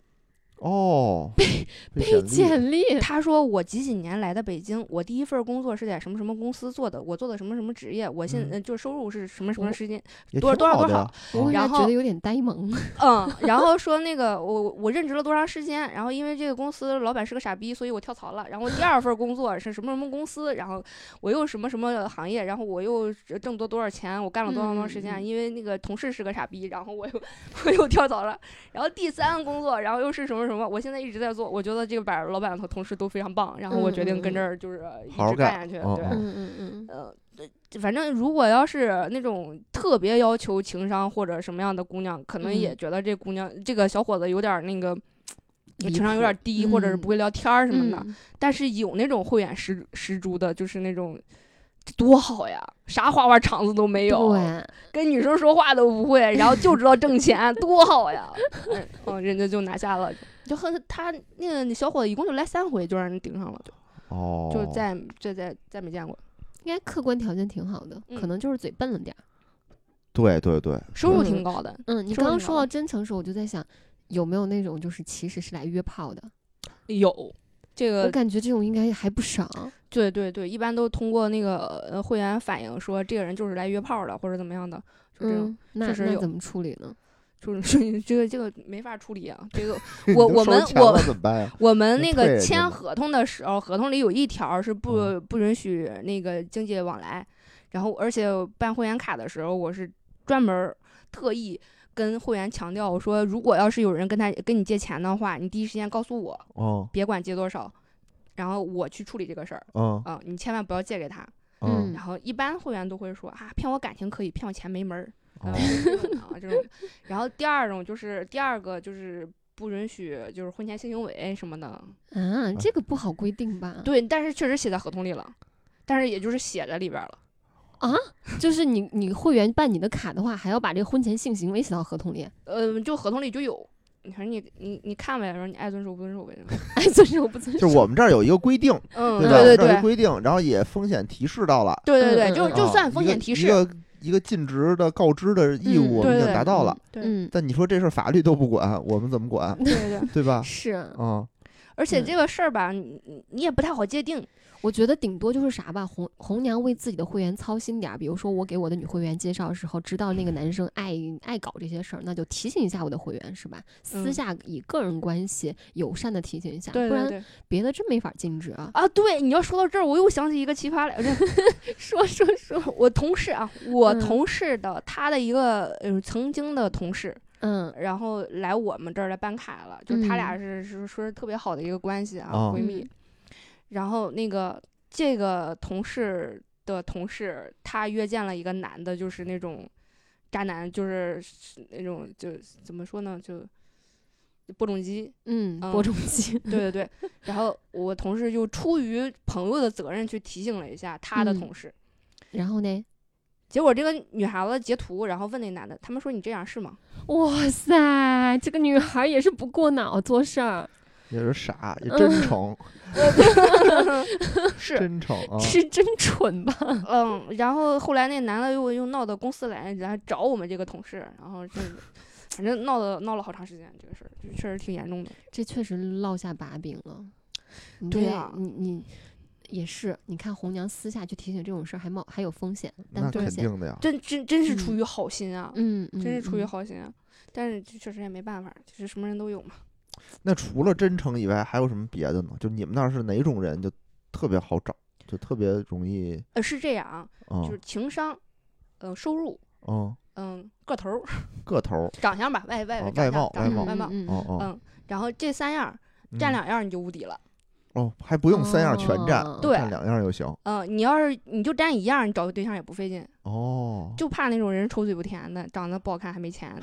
Speaker 2: 哦，被
Speaker 3: 背
Speaker 2: 被简历
Speaker 3: 简历，
Speaker 4: 他说我几几年来的北京，我第一份工作是在什么什么公司做的，我做的什么什么职业，我现
Speaker 2: 嗯
Speaker 4: 呃就是收入是什么什么
Speaker 3: 我
Speaker 4: 时间，
Speaker 2: 也
Speaker 4: 多少
Speaker 2: 挺
Speaker 4: 多少
Speaker 2: 好
Speaker 4: 多
Speaker 2: 的
Speaker 4: 少
Speaker 2: 呀
Speaker 3: 我
Speaker 2: 啊
Speaker 3: 为啥
Speaker 4: 然后
Speaker 3: 觉得有点呆萌？
Speaker 4: 嗯，然后说那个我我任职了多长时间，然后因为这个公司老板是个傻逼，所以我跳槽了。然后第二份工作是什么什么公司，然后我又什么什么行业，然后我又挣多多少钱，我干了多长多长时间，
Speaker 3: 嗯嗯嗯
Speaker 4: 因为那个同事是个傻逼，然后我又我又跳槽了。然后第三个工作，然后又是什么什么，我现在一直在做，我觉得这个板老板和同事都非常棒，然后我决定跟这儿就是
Speaker 2: 嗯好
Speaker 4: 一
Speaker 2: 好
Speaker 4: 直
Speaker 2: 干
Speaker 4: 干下去，
Speaker 2: 嗯
Speaker 4: 对。
Speaker 2: 嗯
Speaker 3: 嗯嗯
Speaker 4: 呃，对反正如果要是那种特别要求情商或者什么样的姑娘，可能也
Speaker 3: 嗯
Speaker 4: 觉得这姑娘、这个小伙子有点儿那个
Speaker 3: 离
Speaker 4: 情商
Speaker 3: 谱
Speaker 4: 有点儿低，或者是
Speaker 3: 嗯
Speaker 4: 不会聊天儿什么的。
Speaker 3: 嗯
Speaker 4: 但是有那种慧眼识识珠的，就是那种。这多好呀，啥花花肠子都没有，
Speaker 3: 对，
Speaker 4: 跟女生说话都不会，然后就知道挣钱，多好呀！ 嗯嗯，人家就拿下了，就和他那个小伙子一共就来三回，就让人顶上了，就
Speaker 2: 哦，
Speaker 4: 就再再再再没见过。
Speaker 3: 应该客观条件挺好的，可
Speaker 4: 嗯
Speaker 3: 能就是嘴笨了点儿。
Speaker 2: 对对对，
Speaker 4: 收入
Speaker 3: 嗯
Speaker 4: 挺高的，
Speaker 3: 嗯，你
Speaker 4: 说
Speaker 3: 刚刚
Speaker 4: 明
Speaker 3: 说
Speaker 4: 白
Speaker 3: 到
Speaker 4: 了
Speaker 3: 真诚时，候，我就在想，有没有那种就是其实是来约炮的？
Speaker 4: 有这
Speaker 3: 我
Speaker 4: 个，
Speaker 3: 感觉这种应该还不少。
Speaker 4: 对对对，一般都通过那个呃会员反映说这个人就是来约炮的或者怎么样的，就这种，
Speaker 3: 嗯，那
Speaker 4: 确实
Speaker 3: 那
Speaker 4: 有
Speaker 3: 怎么处理呢？
Speaker 4: 就是说你这个这个没法处理啊，这个
Speaker 2: 你
Speaker 4: 我
Speaker 2: 都
Speaker 4: 我
Speaker 2: 收
Speaker 4: 们
Speaker 2: 钱
Speaker 4: 我
Speaker 2: 了怎么办呀？
Speaker 4: 我们
Speaker 2: 那
Speaker 4: 那
Speaker 2: 退人
Speaker 4: 个
Speaker 2: 家
Speaker 4: 签
Speaker 2: 嘛
Speaker 4: 合同的时候，合同里有一条是不不允许那个经济往来，然后而且办会员卡的时候，我是专门儿特意跟会员强调，我说如果要是有人跟他跟你借钱的话，你第一时间告诉我，
Speaker 2: 哦，
Speaker 4: 别管借多少，然后我去处理这个事儿
Speaker 2: 嗯
Speaker 4: 啊、你千万不要借给他。
Speaker 2: 嗯
Speaker 3: 嗯
Speaker 4: 然后一般会员都会说啊，骗我感情可以，骗我钱没门儿。
Speaker 2: 哦，
Speaker 4: 这种啊这种。 然后第二种就是第二个就是不允许就是婚前性行为什么的，
Speaker 3: 啊，这个不好规定吧？
Speaker 4: 对，但是确实写在合同里了，但是也就是写在里边了。
Speaker 3: 就是你你会员办你的卡的话，还要把这个婚前性行为写到合同里，
Speaker 4: 嗯、就合同里就有。你反正你你你看呗，然后你爱遵守不遵守呗。
Speaker 3: 哎，遵守不遵守？
Speaker 2: 就是我们这儿有一个规定，
Speaker 4: 嗯，
Speaker 2: 吧？我们
Speaker 4: 对对
Speaker 2: 这儿有一个
Speaker 4: 对
Speaker 2: 规定，然后也风险提示到了，
Speaker 4: 对对对，
Speaker 3: 嗯
Speaker 4: 就
Speaker 3: 嗯
Speaker 4: 就
Speaker 2: 啊
Speaker 4: 算
Speaker 2: 一
Speaker 4: 风
Speaker 2: 个
Speaker 4: 险提
Speaker 2: 一
Speaker 4: 示，
Speaker 2: 个一个尽职的告知的义务，
Speaker 3: 嗯
Speaker 2: 我
Speaker 4: 对
Speaker 2: 们已
Speaker 4: 对
Speaker 2: 经达到了。。
Speaker 4: 对对
Speaker 3: 嗯，
Speaker 2: 但你说这事儿法律都不管，我们怎么管，
Speaker 4: 对对对，
Speaker 2: 对吧？
Speaker 3: 是，
Speaker 2: 啊，
Speaker 4: 而且
Speaker 3: 嗯
Speaker 4: 这个事儿吧，你你你也不太好界定。
Speaker 3: 我觉得顶多就是啥吧，红红娘为自己的会员操心点儿。比如说，我给我的女会员介绍的时候，知道那个男生爱爱搞这些事儿，那就提醒一下我的会员，是吧？私
Speaker 4: 嗯
Speaker 3: 下以个人关系友善的提醒一下，
Speaker 4: 对
Speaker 3: 不
Speaker 4: 对
Speaker 3: 然
Speaker 4: 对。
Speaker 3: 别的真没法禁止啊。
Speaker 4: 啊，对，你要说到这儿，我又想起一个奇葩来着。
Speaker 3: 说说说，
Speaker 4: 我同事啊，我
Speaker 3: 嗯
Speaker 4: 同事的、他的一个嗯、呃曾经的同事，
Speaker 3: 嗯
Speaker 4: 然后来我们这儿来办卡了，就是他俩
Speaker 3: 嗯
Speaker 4: 是是说是特别好的一个关系啊，
Speaker 2: 哦
Speaker 4: 闺蜜
Speaker 3: 嗯。
Speaker 4: 然后那个这个同事的同事，他约见了一个男的，就是那种渣男，就是是那种就怎么说呢，就播种机，
Speaker 3: 嗯，
Speaker 4: 嗯
Speaker 3: 播种机，
Speaker 4: 对对对。然后我同事就出于朋友的责任去提醒了一下他的
Speaker 3: 嗯
Speaker 4: 同事，
Speaker 3: 然后呢？
Speaker 4: 结果这个女孩子截图，然后问那男的，他们说你这样 是吗？
Speaker 3: 哇塞，这个女孩儿也是不过脑做事儿，
Speaker 2: 也是傻，也真诚，
Speaker 4: 嗯是，
Speaker 2: 真诚啊！
Speaker 3: 是真蠢吧？
Speaker 4: 嗯。然后后来那男的又又闹到公司来，然后找我们这个同事，然后这反正闹的闹了好长时间，这个事儿就确实挺严重的。
Speaker 3: 这确实落下把柄了。你
Speaker 4: 对
Speaker 3: 这
Speaker 4: 啊
Speaker 3: 你你也是，你看红娘私下去提醒这种事儿，还冒还有风险，但
Speaker 2: 那
Speaker 4: 嗯
Speaker 3: 风
Speaker 2: 肯
Speaker 3: 险，
Speaker 2: 定的呀，
Speaker 4: 真真真是出于好心啊，
Speaker 3: 嗯，嗯
Speaker 4: 真是出于
Speaker 3: 嗯
Speaker 4: 好心啊。但是这确实也没办法，就是什么人都有嘛。
Speaker 2: 那除了真诚以外，还有什么别的呢？就你们那儿是哪种人就特别好找，就特别容易
Speaker 4: 呃，是这样啊，
Speaker 2: 啊
Speaker 4: 就是情商，呃，收入，
Speaker 2: 啊
Speaker 4: 嗯，个头儿，
Speaker 2: 个头儿
Speaker 4: 长相吧，外外
Speaker 2: 哦
Speaker 4: 长
Speaker 2: 外
Speaker 4: 相
Speaker 2: 貌
Speaker 4: 长相
Speaker 2: 外
Speaker 4: 外貌，
Speaker 3: 嗯嗯
Speaker 2: 哦哦
Speaker 4: 嗯然后这三样儿
Speaker 2: 嗯
Speaker 4: 占两样儿你就无敌了。
Speaker 2: 哦，还不用三样全占
Speaker 3: 哦，
Speaker 4: 对
Speaker 2: 占两样就行
Speaker 4: 嗯，你要是你就占一样，你找个对象也不费劲，
Speaker 2: 哦，
Speaker 4: 就怕那种人丑嘴不甜的，长得不好看还没钱。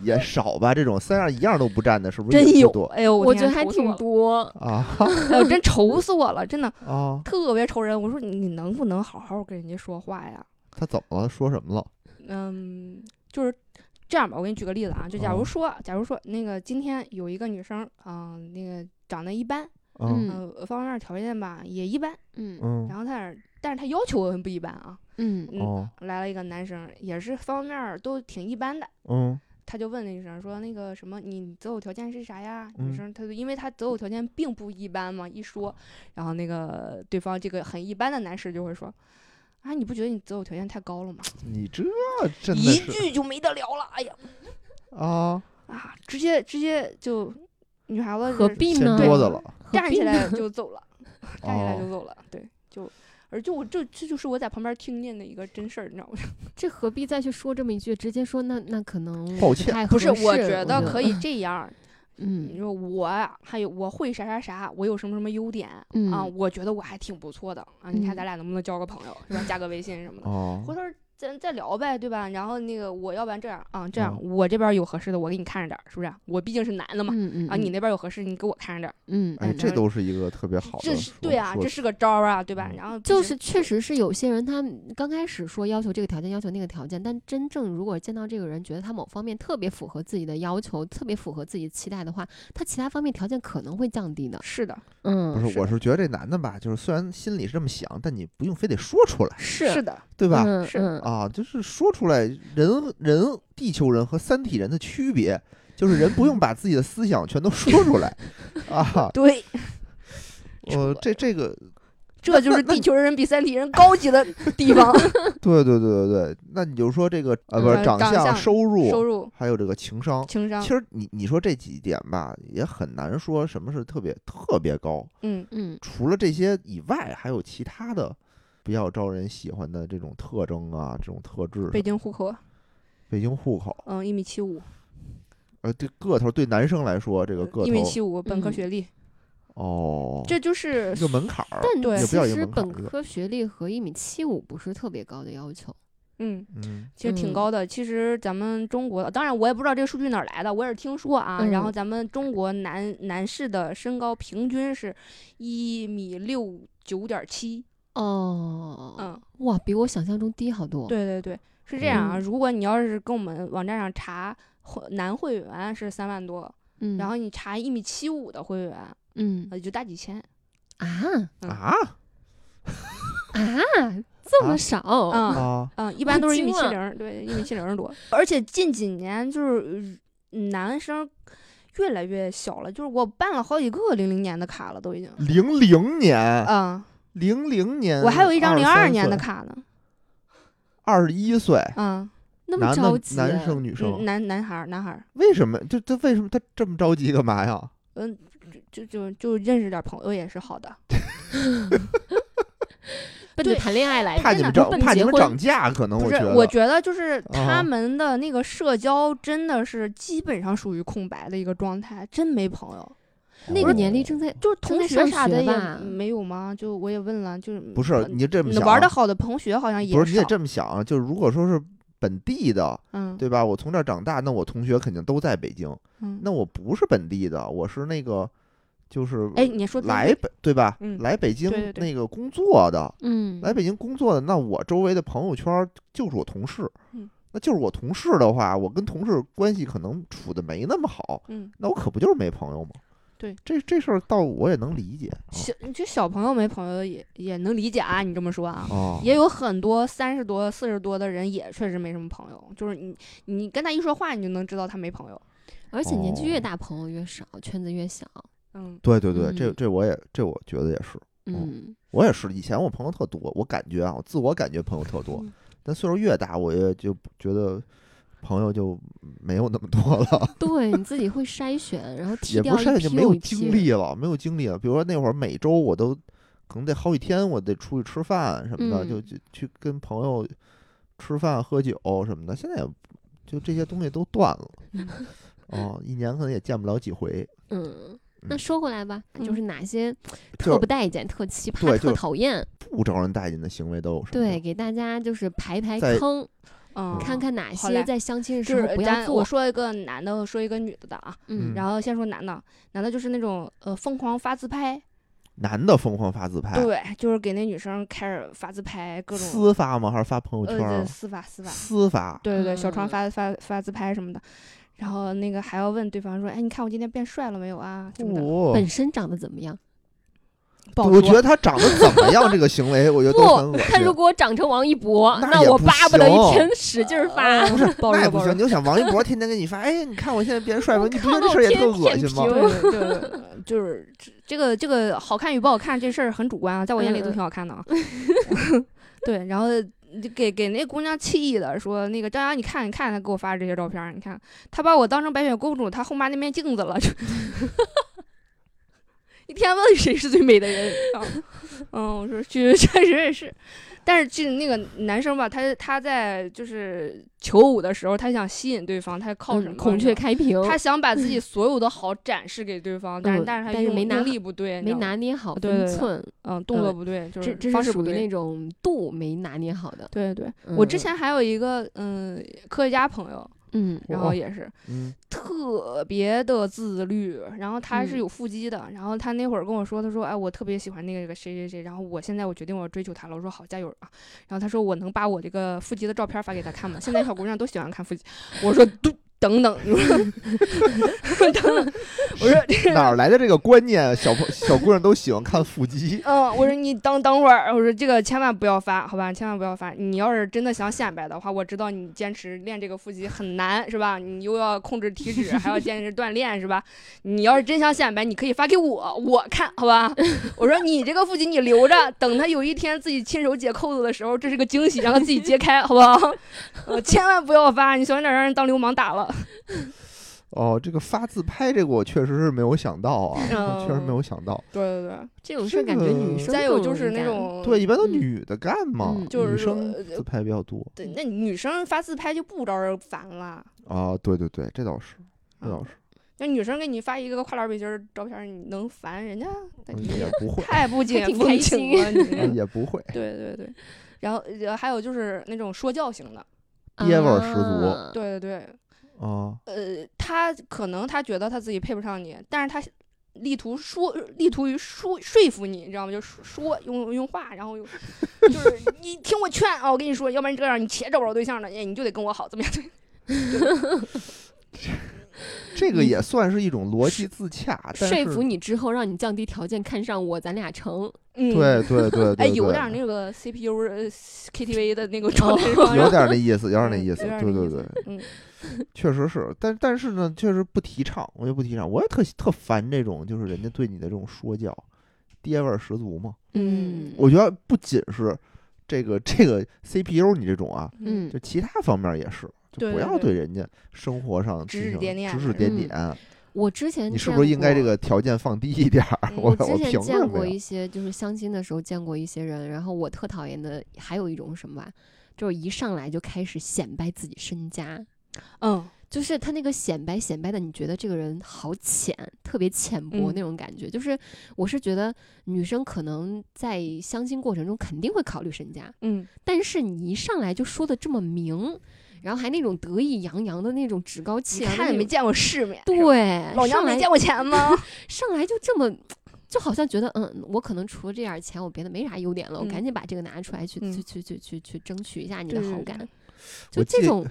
Speaker 2: 也少吧？这种三样一样都不占的，是不是
Speaker 4: 真
Speaker 2: 也
Speaker 4: 有
Speaker 2: 不，多
Speaker 4: 哎呦，
Speaker 3: 我觉
Speaker 4: 天
Speaker 3: 得还
Speaker 4: 愁死
Speaker 3: 挺
Speaker 4: 我了，
Speaker 3: 多。
Speaker 2: 啊？
Speaker 4: 哎 呦，真愁死我了，真的
Speaker 2: 啊，
Speaker 4: 特别愁人。我说你你能不能好好跟人家说话呀？
Speaker 2: 他怎么了？说什么了？
Speaker 4: 嗯，就是这样吧，我给你举个例子啊，就假如
Speaker 2: 哦
Speaker 4: 说，假如说那个今天有一个女生，嗯、那个长得一般，
Speaker 2: 嗯
Speaker 3: 嗯
Speaker 4: 呃，方面条件吧也一般，
Speaker 3: 嗯
Speaker 2: 嗯
Speaker 4: 然后但是但是她要求很不一般啊。
Speaker 3: 嗯
Speaker 4: 嗯，
Speaker 2: 哦
Speaker 4: 来了一个男生，也是方面都挺一般的。
Speaker 2: 嗯
Speaker 4: 他就问那女生说：“那个什么，你择偶条件是啥呀？”
Speaker 2: 嗯
Speaker 4: 女生她就因为她择偶条件并不一般嘛，一说，然后那个对方这个很一般的男士就会说：“啊，你不觉得你择偶条件太高了吗
Speaker 2: 你这真？”的
Speaker 4: 一
Speaker 2: 是
Speaker 4: 句就没得聊了，哎呀
Speaker 2: 啊，
Speaker 4: 啊，直接直接就女孩子
Speaker 3: 何
Speaker 4: 是
Speaker 3: 必
Speaker 2: 掀
Speaker 3: 呢？
Speaker 2: 桌子了
Speaker 4: 站起
Speaker 3: 何必呢
Speaker 4: 来就走了，站起来
Speaker 2: 哦
Speaker 4: 就走了，对，就而就我这这就是我在旁边听见的一个真事儿，你知道吗？
Speaker 3: 这何必再去说这么一句？直接说那那可能
Speaker 2: 抱
Speaker 3: 不
Speaker 2: 歉
Speaker 3: 太
Speaker 4: 不
Speaker 3: 合
Speaker 4: 是，
Speaker 3: 适
Speaker 4: 我觉得可
Speaker 3: 以，
Speaker 4: 以这样儿，你
Speaker 3: 嗯
Speaker 4: 说我啊还有我会啥啥啥，我有什么什么优点、啊？
Speaker 3: 嗯
Speaker 4: 我觉得我还挺不错的啊！你看
Speaker 3: 嗯
Speaker 4: 咱俩能不能交个朋友，是吧？加个微信什么的，
Speaker 2: 哦
Speaker 4: 回头儿咱再聊呗，对吧？然后那个我要不然这样啊，这样、
Speaker 2: 嗯
Speaker 4: 我这边儿有合适的，我给你看着点儿，是不是？啊我毕竟是男的嘛、
Speaker 3: 嗯嗯
Speaker 4: 啊，你那边儿有合适，你给我看着点儿，
Speaker 3: 嗯
Speaker 2: 哎，
Speaker 3: 嗯
Speaker 2: 这都是一个特别好的
Speaker 4: 这是
Speaker 2: 说，
Speaker 4: 对啊，
Speaker 2: 说
Speaker 4: 这是个招儿啊，对吧？
Speaker 2: 嗯
Speaker 4: 然后毕
Speaker 3: 就
Speaker 4: 竟
Speaker 3: 是确实是有些人，他们刚开始说要求这个条件，要求那个条件，但真正如果见到这个人，觉得他某方面特别符合自己的要求，特别符合自己的期待的话，他其他方面条件可能会降低的。
Speaker 4: 是的，
Speaker 2: 不
Speaker 3: 嗯，
Speaker 2: 是，
Speaker 4: 是
Speaker 2: 我
Speaker 4: 的
Speaker 2: 是觉得这男的吧，就是虽然心里是这么想，但你不用非得说出来，
Speaker 3: 是
Speaker 4: 是的，
Speaker 2: 对吧？
Speaker 3: 嗯
Speaker 4: 是
Speaker 3: 嗯
Speaker 2: 啊，就是说出来，人人地球人和三体人的区别，就是人不用把自己的思 想全都说出来啊。
Speaker 4: 对，
Speaker 2: 我、
Speaker 4: 扯
Speaker 2: 这这个
Speaker 4: 这就是地球人比三体人高级的地方。
Speaker 2: 对对对对对，那你就说这个呃，不是
Speaker 4: 呃
Speaker 2: 长
Speaker 4: 长
Speaker 2: 相、
Speaker 4: 相
Speaker 2: 收入，
Speaker 4: 收入、
Speaker 2: 还有这个情商。
Speaker 4: 情商
Speaker 2: 其，实你你说这几点吧，也很难说什么是特别特别高。
Speaker 4: 嗯，
Speaker 3: 嗯
Speaker 2: 除了这些以外，还有其他的比较招人喜欢的这种特征啊，这种特质。
Speaker 4: 北京户口，
Speaker 2: 北京户口，
Speaker 4: 嗯，一米七五，
Speaker 2: 呃，对个头对男生来说，这个个
Speaker 4: 一
Speaker 2: 头
Speaker 4: 米七五，本科
Speaker 3: 嗯
Speaker 4: 学历，
Speaker 2: 哦，
Speaker 4: 这就是
Speaker 2: 一个门槛儿。
Speaker 3: 但
Speaker 4: 对
Speaker 2: 也不
Speaker 3: 其
Speaker 2: 要有
Speaker 3: 实
Speaker 2: 门槛
Speaker 3: 本
Speaker 2: 是吧
Speaker 3: 科学历和一米七五不是特别高的要求。
Speaker 4: 嗯，
Speaker 2: 嗯，
Speaker 4: 其实挺
Speaker 3: 嗯
Speaker 4: 高的。其实咱们中国，当然我也不知道这个数据哪儿来的，我也是听说啊。
Speaker 3: 嗯
Speaker 4: 然后咱们中国男男士的身高平均是一米六九点七，
Speaker 3: 哦，
Speaker 4: 嗯，
Speaker 3: 哇，比我想象中低好多。，
Speaker 4: 对对对，是这样啊。
Speaker 3: 嗯
Speaker 4: 如果你要是跟我们网站上查会男会员是三万多，
Speaker 3: 嗯，
Speaker 4: 然后你查一米七五的会员，
Speaker 3: 嗯
Speaker 4: 呃，就大几千。
Speaker 3: 啊
Speaker 4: 嗯
Speaker 2: 啊
Speaker 3: 啊，这么少，
Speaker 4: 嗯
Speaker 2: 啊，
Speaker 4: 嗯，一般都是一
Speaker 3: 惊
Speaker 4: 米七
Speaker 3: 了
Speaker 4: 零，对，一米七零多。 而且近几年就是呃男生越来越小了，就是我办了好几个零零年的卡了，都已经。
Speaker 2: 零零年，
Speaker 4: 嗯，
Speaker 2: 零零年，
Speaker 4: 我还有一张零二
Speaker 2: 二
Speaker 4: 年的，卡呢。
Speaker 2: 二十一岁，
Speaker 4: 嗯，
Speaker 3: 那么
Speaker 2: 男
Speaker 3: 着
Speaker 2: 的
Speaker 3: 急，
Speaker 2: 男生女生
Speaker 4: 嗯，男男孩儿，男孩儿，
Speaker 2: 为什么？这这为什么他这么着急干嘛呀？
Speaker 4: 嗯，就就就认识点朋友也是好的。
Speaker 3: 嗯 奔着
Speaker 4: 对
Speaker 3: 谈恋爱来
Speaker 2: 怕
Speaker 3: 的，
Speaker 2: 你们
Speaker 4: 哎真
Speaker 2: 涨
Speaker 4: 的，
Speaker 2: 怕你们
Speaker 3: 奔结婚
Speaker 2: 涨价，可能嗯
Speaker 4: 不
Speaker 2: 我
Speaker 4: 是
Speaker 2: 觉，得。
Speaker 4: 我觉得就是
Speaker 2: 啊
Speaker 4: 他们的那个社交真的是基本上属于空白的一个状态，真没朋友。
Speaker 3: 那个年龄正在
Speaker 4: 就是
Speaker 3: 正
Speaker 4: 同
Speaker 3: 在
Speaker 4: 学
Speaker 3: 上
Speaker 4: 啥的
Speaker 3: 学吧
Speaker 4: 也没有吗？就我也问了，就是
Speaker 2: 不是你这么
Speaker 4: 嗯
Speaker 2: 想，啊
Speaker 4: 玩的好的同学好像也
Speaker 2: 不是你也
Speaker 4: 少
Speaker 2: 这么想，啊就是如果说是本地的，
Speaker 4: 嗯
Speaker 2: 对吧？我从这儿长大，那我同学肯定都在北京。
Speaker 4: 嗯
Speaker 2: 那我不是本地的，我是那个就是
Speaker 4: 哎，你说的
Speaker 2: 来北对吧？
Speaker 4: 嗯
Speaker 2: 来北京
Speaker 4: 对对对
Speaker 2: 那个工作的，
Speaker 3: 嗯
Speaker 2: 来北京工作的，那我周围的朋友圈儿就是我同事
Speaker 4: 嗯。
Speaker 2: 那就是我同事的话，我跟同事关系可能处的没那么好，
Speaker 4: 嗯，
Speaker 2: 那我可不就是没朋友吗？
Speaker 4: 对，
Speaker 2: 这这事儿倒我也能理解。啊
Speaker 4: 小就小朋友没朋友也也能理解啊，你这么说啊。
Speaker 2: 哦，
Speaker 4: 也有很多三十多、四十多的人也确实没什么朋友，就是你你跟他一说话，你就能知道他没朋友。
Speaker 3: 而且年纪
Speaker 2: 哦
Speaker 3: 越大，朋友越少，圈子越小。
Speaker 4: 嗯
Speaker 2: 对对对，这
Speaker 3: 嗯
Speaker 2: 这我也这我觉得也是。
Speaker 3: 嗯，
Speaker 2: 我也是，以前我朋友特多，我感觉啊，我自我感觉朋友特多
Speaker 4: 嗯，
Speaker 2: 但岁数越大，我也就觉得朋友就没有那么多 了，
Speaker 3: 对，你自己会筛选，然后踢
Speaker 2: 也
Speaker 3: 掉
Speaker 2: 不
Speaker 3: 一
Speaker 2: 是筛选就
Speaker 3: 批
Speaker 2: 没
Speaker 3: 又
Speaker 2: 有
Speaker 3: 一批
Speaker 2: 精
Speaker 3: 人。
Speaker 2: 力了，没有精力了。比如说那会儿每周我都可能得好几天，我得出去吃饭什么的，就
Speaker 3: 嗯
Speaker 2: 就去跟朋友吃饭喝酒什么的。现在也就这些东西都断 了，哦，一年可能也见不了几回。
Speaker 3: 嗯，那说回来吧，就是
Speaker 4: 嗯
Speaker 3: 哪些
Speaker 2: 就
Speaker 3: 特不待见、特奇葩
Speaker 2: 对、就
Speaker 3: 特讨厌，
Speaker 2: 不招人待见的行为都有什么
Speaker 3: 对，
Speaker 2: 呀？
Speaker 3: 给大家就是排排
Speaker 2: 在
Speaker 3: 坑，
Speaker 2: 哦
Speaker 4: 嗯，
Speaker 3: 看看哪
Speaker 4: 好嘞
Speaker 3: 些在相亲的时
Speaker 4: 就
Speaker 3: 候
Speaker 4: 是
Speaker 3: 不要
Speaker 4: 咱
Speaker 3: 做
Speaker 4: 我。说一个男的，我说一个女的的啊。
Speaker 3: 嗯，
Speaker 4: 然后先说男的，男的就是那种呃疯狂发自拍，
Speaker 2: 男的疯狂发自拍，
Speaker 4: 对，就是给那女生开始发自拍，各种
Speaker 2: 哎私发吗？还是发朋友
Speaker 4: 呃
Speaker 2: 圈
Speaker 4: 对
Speaker 2: 啊？
Speaker 4: 私发私发，
Speaker 2: 私法，
Speaker 4: 对对对，小窗
Speaker 3: 嗯
Speaker 4: 发发发自拍什么的，然后那个还要问对方说，哎，你看我今天变帅了没有啊？什么的，
Speaker 2: 哦
Speaker 3: 本身长得怎么样？
Speaker 4: 不好
Speaker 2: 我觉
Speaker 4: 说。
Speaker 2: 得他长得怎么样，这个行为我觉得都很恶
Speaker 3: 不，他如
Speaker 2: 心。
Speaker 3: 果长成王一博，
Speaker 2: 那
Speaker 3: 那
Speaker 2: 也
Speaker 3: 我
Speaker 2: 不
Speaker 3: 巴不得
Speaker 2: 行
Speaker 3: 一天使劲
Speaker 4: 哦
Speaker 3: 儿发。
Speaker 2: 不是，
Speaker 4: 抱
Speaker 2: 那也
Speaker 4: 着
Speaker 2: 不
Speaker 4: 抱
Speaker 2: 行。
Speaker 4: 着
Speaker 2: 你就想王一博天天给你发，哎，你看我现在变帅了，你不觉得这
Speaker 3: 看
Speaker 2: 事儿也
Speaker 3: 到
Speaker 2: 特
Speaker 3: 天
Speaker 2: 恶
Speaker 3: 天
Speaker 2: 心吗
Speaker 3: 平？
Speaker 4: 对对对，对就是这这个这个好看与不好看这事儿很主观啊，在我眼里都
Speaker 3: 嗯
Speaker 4: 挺好看的啊。 对，然后就给给那姑娘气的说，那个张扬，你看你看他给我发这些照片儿，你看他把我当成白雪公主，他后妈那面镜子了， 就一天问谁是最美的人。啊嗯，我说确确实也是，但是这那个男生吧，他他在就是求偶的时候，他想吸引对方，他靠
Speaker 3: 嗯
Speaker 4: 什么？
Speaker 3: 孔雀开屏，
Speaker 4: 他想把自己所有的好展示给对方，但是
Speaker 3: 嗯
Speaker 4: 但是他
Speaker 3: 但是
Speaker 4: 用
Speaker 3: 没拿
Speaker 4: 用力不对，
Speaker 3: 没
Speaker 4: 你知道吗，
Speaker 3: 拿捏好
Speaker 4: 对
Speaker 3: 分
Speaker 4: 对对
Speaker 3: 寸，
Speaker 4: 嗯，动作不对，就
Speaker 3: 这
Speaker 4: 是
Speaker 3: 这
Speaker 4: 方
Speaker 3: 是
Speaker 4: 式不
Speaker 3: 属于
Speaker 4: 对
Speaker 3: 那。种度没拿捏好的。
Speaker 4: 对对，我之
Speaker 3: 嗯
Speaker 4: 前还有一个嗯科学家朋友，
Speaker 3: 嗯
Speaker 4: 然
Speaker 2: 哇
Speaker 4: 后也是
Speaker 2: 嗯，
Speaker 4: 特别的自律，然后他是
Speaker 3: 嗯
Speaker 4: 有腹肌的，然后他那会儿跟我说，他说哎我特别喜欢那个谁谁谁，然后我现在我决定我要追求他了，我说好加油啊，然后他说我能把我这个腹肌的照片发给他看吗？现在小姑娘都喜欢看腹肌，我说对等等， 等等，我说这，
Speaker 2: 哪儿来的这个观念？小朋小姑娘都喜欢看腹肌
Speaker 4: 嗯，我说你等等会儿，我说这个千万不要发，好吧，千万不要发。你要是真的想显摆的话，我知道你坚持练这个腹肌很难，是吧？你又要控制体脂，还要坚持锻炼，是吧？你要是真想显摆，你可以发给我，我看好吧。 我说你这个腹肌你留着，等他有一天自己亲手解扣子的时候，这是个惊喜，让他自己揭开，好不好？ 呃，千万不要发，你小心点让人当流氓打了。
Speaker 2: 哦，这个发自拍这个我确实是没有想到啊，
Speaker 4: 嗯
Speaker 2: 我确实没有想到。
Speaker 4: 对对对。
Speaker 3: 这种事儿感觉女
Speaker 2: 这
Speaker 3: 生
Speaker 4: 再有
Speaker 3: 更
Speaker 4: 就
Speaker 3: 容易
Speaker 4: 是那
Speaker 3: 干
Speaker 4: 种
Speaker 2: 对，一般都
Speaker 3: 嗯
Speaker 2: 女的干嘛，
Speaker 3: 嗯
Speaker 4: 哦就是
Speaker 2: 女
Speaker 4: 说
Speaker 2: 生
Speaker 4: 呃
Speaker 2: 自拍比较多
Speaker 4: 对，那女生发自拍就不招人烦了。
Speaker 2: 啊。对对对，这倒是，这倒
Speaker 4: 嗯
Speaker 2: 是，
Speaker 4: 那女生给你发一个跨栏背心儿照片儿，你能烦人家？那
Speaker 2: 嗯
Speaker 4: 你
Speaker 2: 也
Speaker 4: 也
Speaker 2: 不会，
Speaker 4: 太不解
Speaker 3: 还挺
Speaker 4: 风
Speaker 3: 开
Speaker 4: 情
Speaker 3: 心
Speaker 4: 了， 你
Speaker 2: 啊
Speaker 4: 这
Speaker 2: 也不会。
Speaker 4: 对对对。然后呃还有就是那种说教型的，
Speaker 2: 爹味儿十足
Speaker 3: 啊
Speaker 4: 对对对，
Speaker 2: 啊，
Speaker 4: 呃，他可能他觉得他自己配不上你，但是他力图说，力图于说说服你，你知道吗？就说说用用话，然后 又就是你听我劝啊，我跟你说，要不然你这样，你且找不着对象了，哎，你就得跟我好，怎么样？
Speaker 2: 这个也算是一种逻辑自洽，但
Speaker 3: 说
Speaker 2: 是
Speaker 3: 服你之后，让你降低条件，看上我，咱俩成。
Speaker 4: 嗯，
Speaker 2: 对 对对对，
Speaker 4: 哎，
Speaker 2: 对哦
Speaker 4: 有点儿那个 CPU 呃 KTV 的那个状态是吧？
Speaker 2: 有 点儿那意思，有点儿那
Speaker 4: 嗯
Speaker 2: 意思，
Speaker 4: 有点儿
Speaker 2: 对
Speaker 4: 那
Speaker 2: 对
Speaker 4: 意
Speaker 2: 对
Speaker 4: 思，嗯
Speaker 2: 确实是，但但是呢，确实不提倡，我也不提倡，我也特特烦这种，就是人家对你的这种说教，爹味儿十足嘛。
Speaker 4: 嗯
Speaker 2: 我觉得不仅是这个这个 CPU 你这种啊，
Speaker 3: 嗯
Speaker 2: 就其他方面也是，就
Speaker 4: 对
Speaker 2: 不
Speaker 4: 对
Speaker 2: 要
Speaker 4: 对
Speaker 2: 对人家生活上
Speaker 4: 指
Speaker 2: 进
Speaker 4: 指
Speaker 2: 行
Speaker 4: 点点嗯
Speaker 2: 指指
Speaker 4: 是
Speaker 2: 点
Speaker 3: 吧
Speaker 2: 点，
Speaker 3: 我之前
Speaker 2: 你是
Speaker 3: 见
Speaker 2: 不是应该这
Speaker 3: 过
Speaker 2: 个条件放低一点儿？
Speaker 4: 嗯
Speaker 2: 我
Speaker 3: 之
Speaker 2: 我
Speaker 3: 前
Speaker 2: 凭什
Speaker 3: 见过
Speaker 2: 么
Speaker 3: 一
Speaker 2: 呀？
Speaker 3: 些，就是相亲的时候见过一些人，然后我特讨厌的还有一种什么吧，就是一上来就开始显摆自己身家，
Speaker 4: 嗯，
Speaker 3: 就是他那个显摆显摆的，你觉得这个人好浅，特别浅薄
Speaker 4: 嗯
Speaker 3: 那种感觉。就是我是觉得女生可能在相亲过程中肯定会考虑身家，
Speaker 4: 嗯，
Speaker 3: 但是你一上来就说的这么明，然后还那种得意洋洋的那种趾高气
Speaker 4: 你
Speaker 3: 扬的
Speaker 4: 看
Speaker 3: 那
Speaker 4: 没
Speaker 3: 种
Speaker 4: 见过世面，是吧，
Speaker 3: 对，
Speaker 4: 老娘
Speaker 3: 上
Speaker 4: 没
Speaker 3: 来
Speaker 4: 见过钱吗？
Speaker 3: 上来就这么，就好像觉得，嗯，我可能除了这点儿钱，我别的没啥优点了，我
Speaker 4: 嗯
Speaker 3: 赶紧把这个拿出来去、
Speaker 4: 嗯
Speaker 3: 去去去去去争取一下你
Speaker 4: 对
Speaker 3: 的
Speaker 4: 对
Speaker 3: 好
Speaker 4: 对
Speaker 3: 感，
Speaker 2: 我
Speaker 3: 就这
Speaker 2: 记
Speaker 3: 种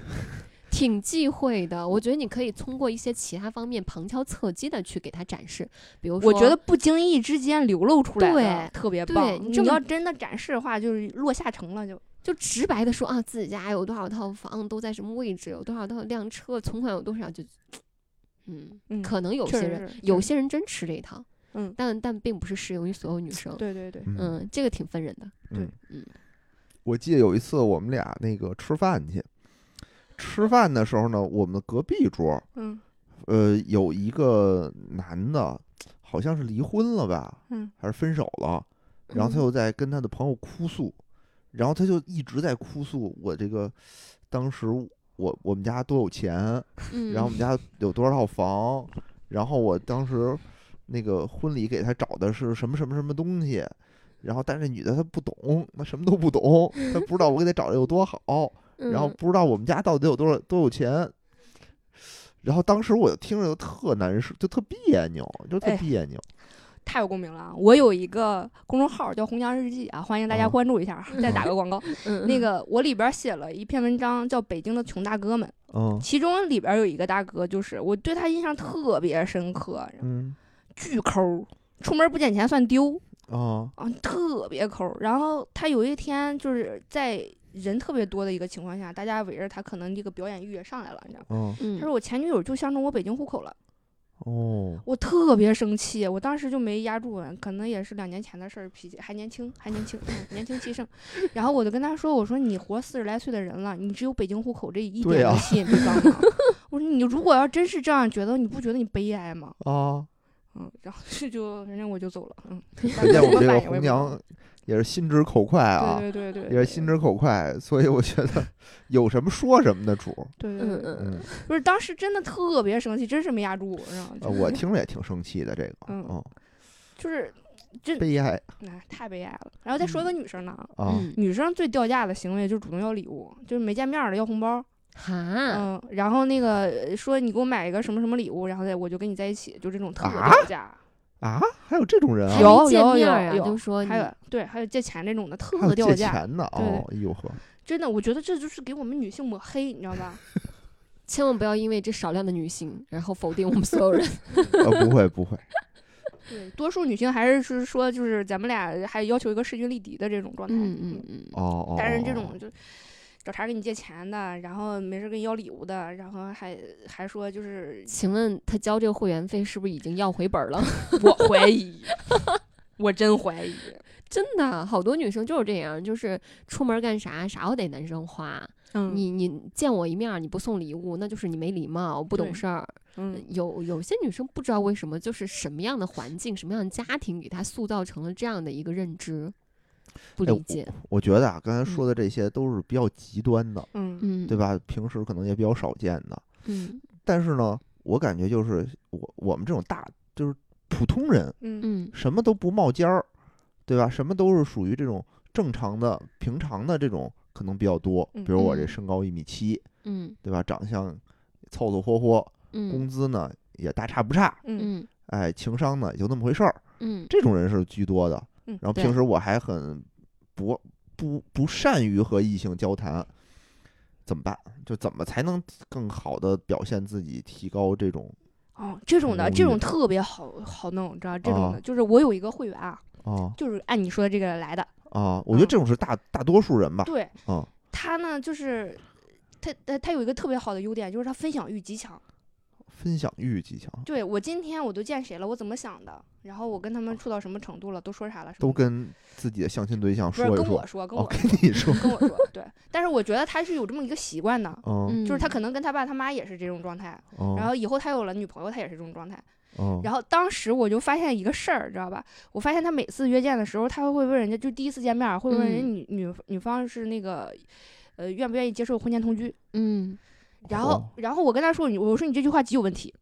Speaker 3: 挺忌讳的。我觉得你可以通过一些其他方面旁敲侧击的去给他展示，比如说，
Speaker 4: 我觉得不经意之间流露出来的
Speaker 3: 对
Speaker 4: 特别
Speaker 3: 对
Speaker 4: 棒。
Speaker 3: 你
Speaker 4: 你
Speaker 3: 这么
Speaker 4: 要真的展示的话，就是落下乘了就。
Speaker 3: 就直白的说啊，自己家有多少套房，都在什么位置，有多少套辆车，存款有多少，就，嗯，
Speaker 4: 嗯
Speaker 3: 可能有些
Speaker 4: 确实
Speaker 3: 人
Speaker 4: 是确
Speaker 3: 有
Speaker 4: 实
Speaker 3: 些人真吃这一套，
Speaker 4: 嗯
Speaker 3: 但但并不是适用于所有女生，
Speaker 4: 对对对，
Speaker 2: 嗯，
Speaker 3: 嗯，这个挺分人的，
Speaker 4: 嗯
Speaker 2: 我记得有一次我们俩那个吃饭去，吃饭的时候呢，我们隔壁桌
Speaker 4: 嗯
Speaker 2: 呃有一个男的，好像是离婚了吧，
Speaker 4: 嗯，
Speaker 2: 还是分手了，然后他
Speaker 4: 嗯
Speaker 2: 又在跟他的朋友哭诉，然后他就一直在哭诉我这个当时我我们家多有钱，
Speaker 3: 嗯，
Speaker 2: 然后我们家有多少套房，然后我当时那个婚礼给他找的是什么什么什么东西，然后但是那女的她不懂，她什么都不懂，她不知道我给她找的有多 好，然后
Speaker 3: 嗯
Speaker 2: 不知道我们家到底有多少多有钱。然后当时我听着就特难受，就特别扭，就特
Speaker 4: 哎
Speaker 2: 别扭。
Speaker 4: 太有共鸣了啊。我有一个公众号叫《红娘日记》啊，欢迎大家
Speaker 2: 啊
Speaker 4: 关注一下啊。再打个 广告，
Speaker 3: 嗯
Speaker 4: 那个我里边写了一篇文章，叫《北京的穷大哥们》，
Speaker 2: 嗯
Speaker 4: 其中里边有一个大哥，就是我对他印象特别深刻，
Speaker 2: 嗯
Speaker 4: 巨抠儿，出门不捡钱算丢。
Speaker 2: 啊
Speaker 4: 啊，特别抠儿。然后他有一天就是在人特别多的一个情况下，大家围着他，可能这个表演欲也上来了，你知道吗。
Speaker 2: 嗯
Speaker 3: 嗯
Speaker 4: 他说我前女友就相中我北京户口了，
Speaker 2: 哦，
Speaker 4: 我特别生气，我当时就没压住，啊可能也是两年前的事儿，脾气还年轻，还年轻，嗯年轻气盛。然后我就跟他说，我说你活四十来岁的人了，你只有北京户口这一
Speaker 2: 对
Speaker 4: 点
Speaker 2: 啊
Speaker 4: 能吸引对方吗？ 我说你如果要真是这样觉得，你不觉得你悲哀吗？
Speaker 2: 啊！
Speaker 4: 嗯，然后是就反正我就走了，嗯，
Speaker 2: 可见我们这个
Speaker 4: 反应我
Speaker 2: 红
Speaker 4: 也不
Speaker 2: 娘也是心直口快啊，
Speaker 4: 对对对对，
Speaker 2: 也是心直口快，所以我觉得 有什么说什么的主儿。
Speaker 4: 对对对
Speaker 3: 嗯
Speaker 4: 对
Speaker 3: 嗯。
Speaker 2: 嗯，
Speaker 4: 不是，当时真的特别生气，真是没压住，你知道吗？
Speaker 2: 呃我听着也挺生气的，这个，
Speaker 4: 嗯
Speaker 2: 嗯，
Speaker 4: 就是，这
Speaker 2: 悲哀
Speaker 4: 哎，太悲哀了。然后再说一个女生呢，啊，
Speaker 2: 啊，
Speaker 3: 嗯
Speaker 4: 女生最掉价的行为就是主动要礼物，就是没见面儿了要红包，
Speaker 3: 哈，
Speaker 4: 嗯，然后那个呃说你给我买一个什么什么礼物，然后再我就跟你在一起，就这种特
Speaker 2: 啊
Speaker 4: 掉价。
Speaker 2: 啊，还有这种人
Speaker 3: 还
Speaker 2: 啊，
Speaker 3: 没
Speaker 4: 有
Speaker 3: 见
Speaker 4: 有
Speaker 3: 面
Speaker 4: 有
Speaker 3: 儿啊
Speaker 4: 有
Speaker 3: 就说
Speaker 4: 还
Speaker 3: 你
Speaker 4: 有对，还有借钱这种的
Speaker 2: 还有
Speaker 4: 特掉
Speaker 2: 借
Speaker 4: 价，
Speaker 2: 钱的
Speaker 4: 对
Speaker 2: 哦，哎呦呵，
Speaker 4: 真的，我觉得这就是给我们女性抹黑，你知道吧？
Speaker 3: 千万不要因为这少量的女性，然后否定我们所 有人。
Speaker 2: 呃，不会不会，
Speaker 4: 对，多数女性还是是说，就是咱们俩还要求一个势均力敌的这种状态。
Speaker 3: 嗯嗯嗯，
Speaker 2: 哦哦。
Speaker 4: 但是
Speaker 2: 哦
Speaker 4: 这
Speaker 2: 哦
Speaker 4: 种就找茬给你借钱的，然后没事跟你要礼物的，然后还还说就是
Speaker 3: 请问他交这个会员费是不是已经要回本儿了？
Speaker 4: 我怀 疑，我真怀疑。
Speaker 3: 真的，好多女生就是这样，就是出门干啥啥都得男生花。
Speaker 4: 嗯
Speaker 3: 你你见我一面儿你不送礼物，那就是你没礼貌，不懂
Speaker 4: 对
Speaker 3: 事儿。
Speaker 4: 嗯
Speaker 3: 有有些女生不知道为什么，就是什么样的环境、什么样的家庭给她塑造成了这样的一个认知，不
Speaker 2: 哎
Speaker 3: 理解。
Speaker 2: 我觉得啊，刚才说的这些都是比较极端的，
Speaker 4: 嗯
Speaker 3: 嗯，
Speaker 2: 对？吧？平时可能也比较少见的。
Speaker 3: 嗯
Speaker 2: 但是呢，我感觉就是我我们这种大就是普通人，
Speaker 4: 嗯
Speaker 3: 嗯
Speaker 2: 什么都不冒尖儿，对吧？什么都是属于这种正常的、平常的这种可能比较多。比
Speaker 4: 嗯
Speaker 2: 如我这
Speaker 3: 嗯
Speaker 2: 身高一米七，
Speaker 3: 嗯
Speaker 2: 对吧？长相凑凑合合，工
Speaker 3: 嗯
Speaker 2: 资呢也大差不差，
Speaker 4: 嗯
Speaker 3: 嗯
Speaker 2: 哎，情商呢也就那么回事儿，
Speaker 3: 嗯
Speaker 2: 这种人是居多的。
Speaker 4: 嗯
Speaker 2: 然后
Speaker 3: 对
Speaker 2: 平时我还很不不不善于和异性交谈，怎么办？就怎么才能更好的表现自己，提高这种
Speaker 4: 哦，这种的
Speaker 2: 无
Speaker 4: 这
Speaker 2: 语
Speaker 4: 种特别好好弄，你知道这种
Speaker 2: 嗯哦
Speaker 4: 的，就是我有一个会员啊，
Speaker 2: 啊
Speaker 4: 就是按你说的这个来的，
Speaker 2: 啊？我觉得
Speaker 3: 嗯
Speaker 2: 这种是大大多数人吧。
Speaker 4: 对
Speaker 2: 嗯，
Speaker 4: 他呢就是。他他他有一个特别好的优点，就是他分享欲极强。
Speaker 2: 分享欲极强，
Speaker 4: 对我今天我都见谁了，我怎么想的，然后我跟他们处到什么程度了，都说啥了，什么
Speaker 2: 都
Speaker 4: 的
Speaker 2: 跟自己的相亲对象
Speaker 4: 不
Speaker 2: 说
Speaker 4: 是
Speaker 2: 一
Speaker 4: 跟
Speaker 2: 说
Speaker 4: 我，说，跟
Speaker 2: 哦，
Speaker 4: 我
Speaker 2: 跟你说，
Speaker 4: 跟我说，对。但是我觉得他是有这么一个习惯的，
Speaker 2: 嗯
Speaker 3: 嗯，哦
Speaker 4: 就是他可能跟他爸他妈也是这种状态，
Speaker 2: 嗯，
Speaker 4: 然后以后他有了女朋友，他也是这种状态。
Speaker 2: 嗯，
Speaker 4: 然后当时我就发现一个事儿，知道吧？我发现他每次约见的时候，他会问人家，就第一次见面儿会问人家
Speaker 3: 嗯
Speaker 4: 女、女女方是那个，呃，愿不愿意接受婚前同居？
Speaker 3: 嗯
Speaker 4: 然后，
Speaker 2: 哦
Speaker 4: 然后我跟他说，你我说你这句话极有问题，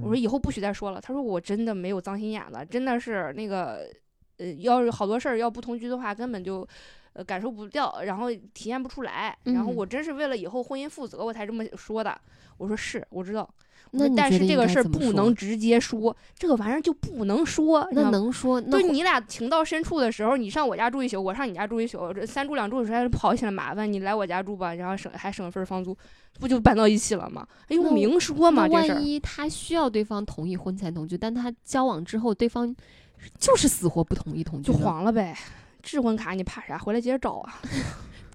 Speaker 4: 我说
Speaker 2: 嗯
Speaker 4: 以后不许再说了。他说我真的没有脏心眼了，真的是那个，呃，要是好多事儿要不同居的话，根本就，呃，感受不掉，然后体验不出来。然后
Speaker 3: 嗯
Speaker 4: 我真是为了以后婚姻负责，我才这么说的。我说是，我知道，我
Speaker 3: 那
Speaker 4: 说
Speaker 3: 你
Speaker 4: 但
Speaker 3: 觉
Speaker 4: 是
Speaker 3: 得
Speaker 4: 这
Speaker 3: 应
Speaker 4: 个
Speaker 3: 该
Speaker 4: 事儿
Speaker 3: 怎么
Speaker 4: 不
Speaker 3: 说
Speaker 4: 能直接说，这个玩意儿就不能说。你知
Speaker 3: 那
Speaker 4: 道吗
Speaker 3: 能说那
Speaker 4: 就你俩情到深处的时候，你上我家住一宿，我上你家住一宿，这三住两住实在是跑起来麻烦。你来我家住吧，然后省还省份儿房租，不就搬到一起了吗？哎呦，
Speaker 3: 那
Speaker 4: 明说
Speaker 3: 那
Speaker 4: 嘛这事儿
Speaker 3: 万。一他需要对方同意婚前同居，但他交往之后，对方就是死活不同意同居
Speaker 4: 就
Speaker 3: 呢，
Speaker 4: 黄了呗。质婚卡你怕啥？回来接着找啊。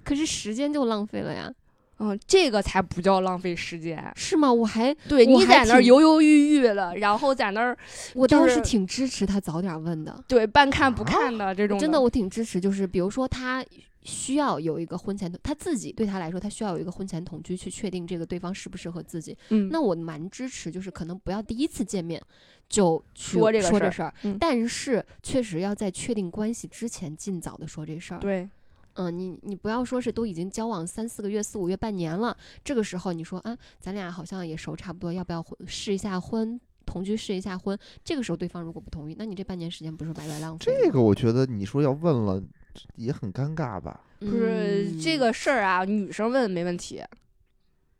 Speaker 3: 可是时间就浪费了呀，
Speaker 4: 嗯，这个才不叫浪费时间。
Speaker 3: 是吗？我还
Speaker 4: 对
Speaker 3: 我
Speaker 4: 你
Speaker 3: 还
Speaker 4: 在那儿
Speaker 3: 挺
Speaker 4: 犹犹豫豫的，然后在那儿
Speaker 3: 我
Speaker 4: 就
Speaker 3: 当时
Speaker 4: 是
Speaker 3: 挺支持他早点问的，
Speaker 4: 对半看
Speaker 2: 啊
Speaker 4: 不看的这种
Speaker 3: 真
Speaker 4: 的
Speaker 3: 的，我挺支持，就是比如说他需要有一个婚前同，他自己对他来说，他需要有一个婚前同居去确定这个对方适不适合自己。
Speaker 4: 嗯，
Speaker 3: 那我蛮支持，就是可能不要第一次见面就去
Speaker 4: 说这个
Speaker 3: 说
Speaker 4: 事
Speaker 3: 这
Speaker 4: 儿
Speaker 3: 事儿，
Speaker 4: 嗯
Speaker 3: 但是确实要在确定关系之前尽早的说这事儿。
Speaker 4: 对，
Speaker 3: 嗯，你你不要说是都已经交往三四个月、四五月、半年了，这个时候你说啊，咱俩好像也熟差不多，要不要婚试一下婚？同居试一下婚，这个时候对方如果不同意，那你这半年时间不是白白浪费了？
Speaker 2: 这个我觉得你说要问了也很尴尬吧？
Speaker 4: 不是这
Speaker 3: 嗯
Speaker 4: 个事儿啊，女生问没问题。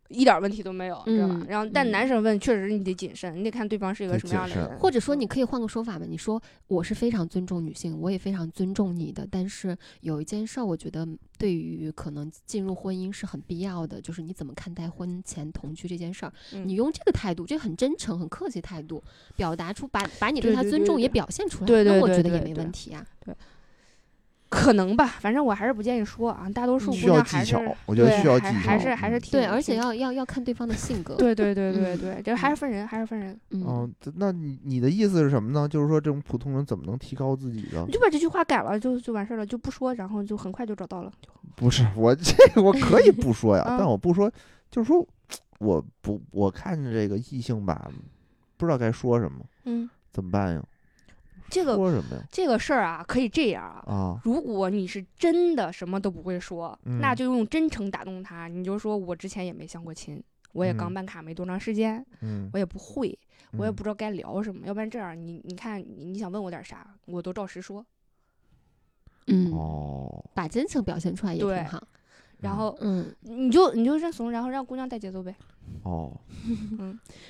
Speaker 4: 一点问题都没有，知道吧
Speaker 3: 嗯？
Speaker 4: 然后，但
Speaker 3: 嗯
Speaker 4: 男生问，确实你得谨慎，你得看对方是一个
Speaker 2: 得
Speaker 4: 什么样的
Speaker 2: 谨慎
Speaker 4: 人，
Speaker 3: 或者说，你可以换个说法嘛？你说我是非常尊重女性，我也非常尊重你的，但是有一件事儿，我觉得对于可能进入婚姻是很必要的，就是你怎么看待婚前同居这件事儿？
Speaker 4: 嗯
Speaker 3: 你用这个态度，这很真诚、很客气态度，表达出把把你对
Speaker 4: 对
Speaker 3: 他
Speaker 4: 对
Speaker 3: 尊
Speaker 4: 对
Speaker 3: 重
Speaker 4: 对
Speaker 3: 也表现出来，
Speaker 4: 对
Speaker 3: 那
Speaker 4: 对
Speaker 3: 我
Speaker 4: 对
Speaker 3: 觉得也
Speaker 4: 对
Speaker 3: 没
Speaker 4: 对
Speaker 3: 问题啊。
Speaker 4: 可能吧。反正我还是不建议说啊，大多数
Speaker 2: 需
Speaker 4: 姑
Speaker 2: 要
Speaker 4: 娘
Speaker 2: 技
Speaker 4: 还是
Speaker 2: 巧，我觉得
Speaker 4: 对
Speaker 2: 需要技
Speaker 4: 还
Speaker 2: 巧，
Speaker 4: 还是还是
Speaker 2: 嗯
Speaker 4: 挺
Speaker 3: 对，而且
Speaker 4: 挺
Speaker 3: 要要要看对方的性格。
Speaker 4: 对哦对对对
Speaker 3: 嗯
Speaker 4: 对，这
Speaker 3: 嗯
Speaker 4: 还是分人，还是分人。
Speaker 3: 嗯，
Speaker 2: 嗯，这那你你的意思是什么呢？就是说这种普通人怎么能提高自己 呢
Speaker 4: 你？就把这句话改了，就就完事儿了，就不说，然后就很快就找到了。就
Speaker 2: 不是我这个我可以不说呀，
Speaker 4: 啊
Speaker 2: 但我不说，就是说我不我看着这个异性吧，不知道该说什么，
Speaker 4: 嗯，
Speaker 2: 怎么办呀？
Speaker 4: 这个
Speaker 2: 说什么呀？
Speaker 4: 这个事儿啊，可以这样啊。
Speaker 2: 啊，
Speaker 4: 如果你是真的什么都不会说，
Speaker 2: 嗯
Speaker 4: 那就用真诚打动他。你就说我之前也没相过亲，我也刚
Speaker 2: 嗯
Speaker 4: 办卡没多长时间，
Speaker 2: 嗯，
Speaker 4: 我也不会，我也
Speaker 2: 嗯
Speaker 4: 不知道该聊什么。要不然这样，你你看你你想问我点啥，我都照实说。
Speaker 3: 嗯，
Speaker 2: 哦，
Speaker 3: 把真诚表现出来也挺
Speaker 4: 对
Speaker 3: 好。
Speaker 2: 嗯
Speaker 4: 然后
Speaker 3: 嗯，
Speaker 4: 你就你就认怂，然后让姑娘带节奏呗。
Speaker 2: 哦，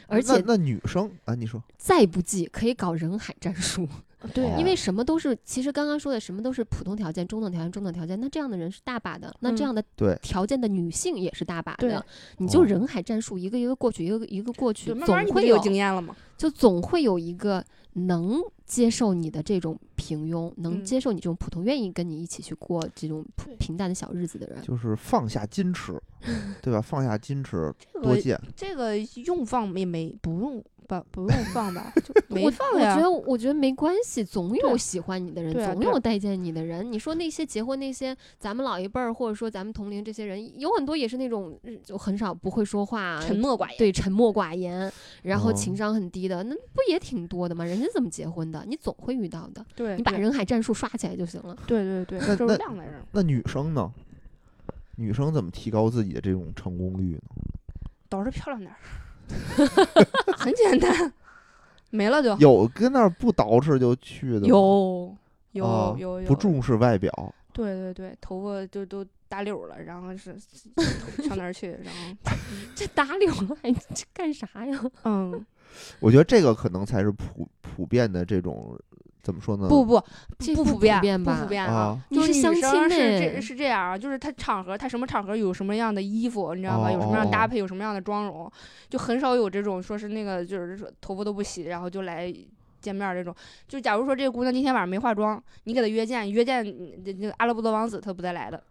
Speaker 3: 而
Speaker 2: 那
Speaker 3: 且
Speaker 2: 那女生啊，你说
Speaker 3: 再不济可以搞人海战术。
Speaker 4: 对啊
Speaker 2: 哦
Speaker 3: 因为什么都是，其实刚刚说的什么都是普通条件、中等条件、中等条件，那这样的人是大把的，那这
Speaker 4: 嗯
Speaker 3: 样的
Speaker 2: 对
Speaker 3: 条件的女性也是大把
Speaker 4: 对
Speaker 3: 的，你就
Speaker 2: 哦
Speaker 3: 人海战术，一个一个过去，一个一个过去，
Speaker 4: 慢慢
Speaker 3: 总
Speaker 4: 你不
Speaker 3: 会
Speaker 4: 就有经验了吗？
Speaker 3: 就总会有一个能接受你的这种平庸，能
Speaker 4: 嗯
Speaker 3: 接受你这种普通，愿意跟你一起去过这种普
Speaker 4: 对
Speaker 3: 平淡的小日子的人。
Speaker 2: 就是放下矜 持，对吧？放下矜持，
Speaker 4: 这
Speaker 2: 多
Speaker 4: 个
Speaker 2: 见。
Speaker 4: 这个用放也没不用吧，不用放吧，就没
Speaker 3: 我
Speaker 4: 放
Speaker 3: 我觉
Speaker 4: 呀。
Speaker 3: 得，我觉得没关系，总
Speaker 4: 对
Speaker 3: 有
Speaker 4: 啊
Speaker 3: 喜欢你的人，
Speaker 4: 对啊
Speaker 3: 总
Speaker 4: 对啊
Speaker 3: 有待见你的人。你说那些结婚那些咱们老一辈儿，或者说咱们同龄这些人，有很多也是那种嗯就很少不会说话，
Speaker 4: 沉默寡言，
Speaker 3: 对沉默寡言，然后
Speaker 2: 哦
Speaker 3: 情商很低的，那不也挺多的吗？人家怎么结婚的？你总会遇到的，
Speaker 4: 对，
Speaker 3: 你把
Speaker 4: 对
Speaker 3: 人海战术刷起来就行了。
Speaker 4: 对对
Speaker 2: 那
Speaker 4: 对，就
Speaker 2: 那
Speaker 4: 是量的人。
Speaker 2: 那女生呢？女生怎么提高自己的这种成功率呢？
Speaker 4: 捯饬漂亮 点儿，很简单，没了就
Speaker 2: 有跟那儿不捯饬就去的吗，
Speaker 4: 哦有
Speaker 2: 啊
Speaker 4: 有有有，
Speaker 2: 不重视外表，
Speaker 4: 对对对，头发就都打绺儿了，然 后是上那儿去，然后
Speaker 3: 这打脸了还 这干啥呀？
Speaker 4: 嗯，
Speaker 2: 我觉得这个可能才是普普遍的这种怎么说呢？
Speaker 4: 不不
Speaker 3: 这
Speaker 4: 不
Speaker 3: 不
Speaker 4: 普
Speaker 3: 普
Speaker 4: 遍，
Speaker 3: 遍吧
Speaker 4: 不普遍
Speaker 2: 啊
Speaker 4: 啊，
Speaker 3: 你
Speaker 4: 就是女
Speaker 3: 相
Speaker 4: 生
Speaker 3: 亲
Speaker 4: 是
Speaker 3: 呢
Speaker 4: 这是这样啊，就是她场合，她什么场合有什么样的衣服，你知道吧？
Speaker 2: 哦
Speaker 4: 有什么样
Speaker 2: 哦
Speaker 4: 的
Speaker 2: 哦
Speaker 4: 搭配，有什么样的妆容，就很少有这种说是那个就是说头发都不洗，然后就来。见面儿这种，就假如说这个姑娘今天晚上没化妆，你给她约见，约见嗯这这个阿拉伯的王子，她不带来的。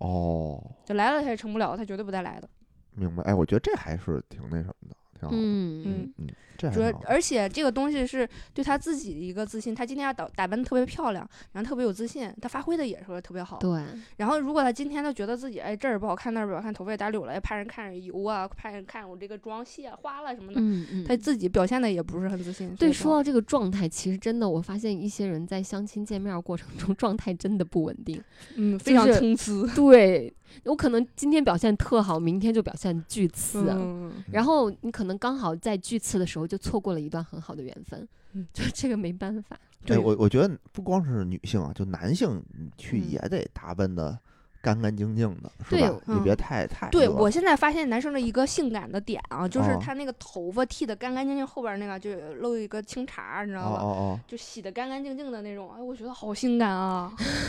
Speaker 2: 哦，
Speaker 4: 就来了他也成不了，他绝对不带来的。
Speaker 2: 明白。哎，我觉得这还是挺那什么的，挺好的。
Speaker 3: 嗯，
Speaker 4: 嗯，
Speaker 2: 嗯，这还
Speaker 4: 主要
Speaker 2: 挺好的。
Speaker 4: 而且这个东西是对他自己的一个自信，他今天要打打扮的特别漂亮，然后特别有自信，他发挥的也是特别好。
Speaker 3: 对，
Speaker 4: 然后如果他今天他觉得自己哎这儿不好看那儿不好看，头发也打绺了，也怕人看着油啊，怕人看我这个妆卸啊花了什么的，
Speaker 3: 嗯嗯，
Speaker 4: 他自己表现的也不是很自信。
Speaker 3: 对，说
Speaker 4: 说
Speaker 3: 到这个状态，其实真的，我发现一些人在相亲见面过程中 状态真的不 稳定。
Speaker 4: 嗯
Speaker 3: 就
Speaker 4: 非常
Speaker 3: 是
Speaker 4: 参差。
Speaker 3: 对我可能今天表现特好，明天就表现巨次，
Speaker 4: 嗯，
Speaker 3: 然后你可能刚好在巨次的时候就错过了一段很好的缘分，
Speaker 4: 嗯
Speaker 3: 就这个没办法。
Speaker 2: 哎，
Speaker 4: 对
Speaker 2: 我我觉得不光是女性啊，就男性去
Speaker 4: 嗯
Speaker 2: 也得打扮的干干净净的，是
Speaker 3: 对
Speaker 2: 吧？你
Speaker 4: 嗯
Speaker 2: 别太太
Speaker 4: 对
Speaker 2: 那个
Speaker 4: 我现在发现男生的一个性感的点啊，就是
Speaker 2: 哎哦
Speaker 4: 他那个头发剃的干干净净，后边儿那个就露一个清茬儿，你知
Speaker 2: 哦
Speaker 4: 道吧？
Speaker 2: 哦
Speaker 4: 就洗得干干净净的那种，哎，我觉得好性感啊！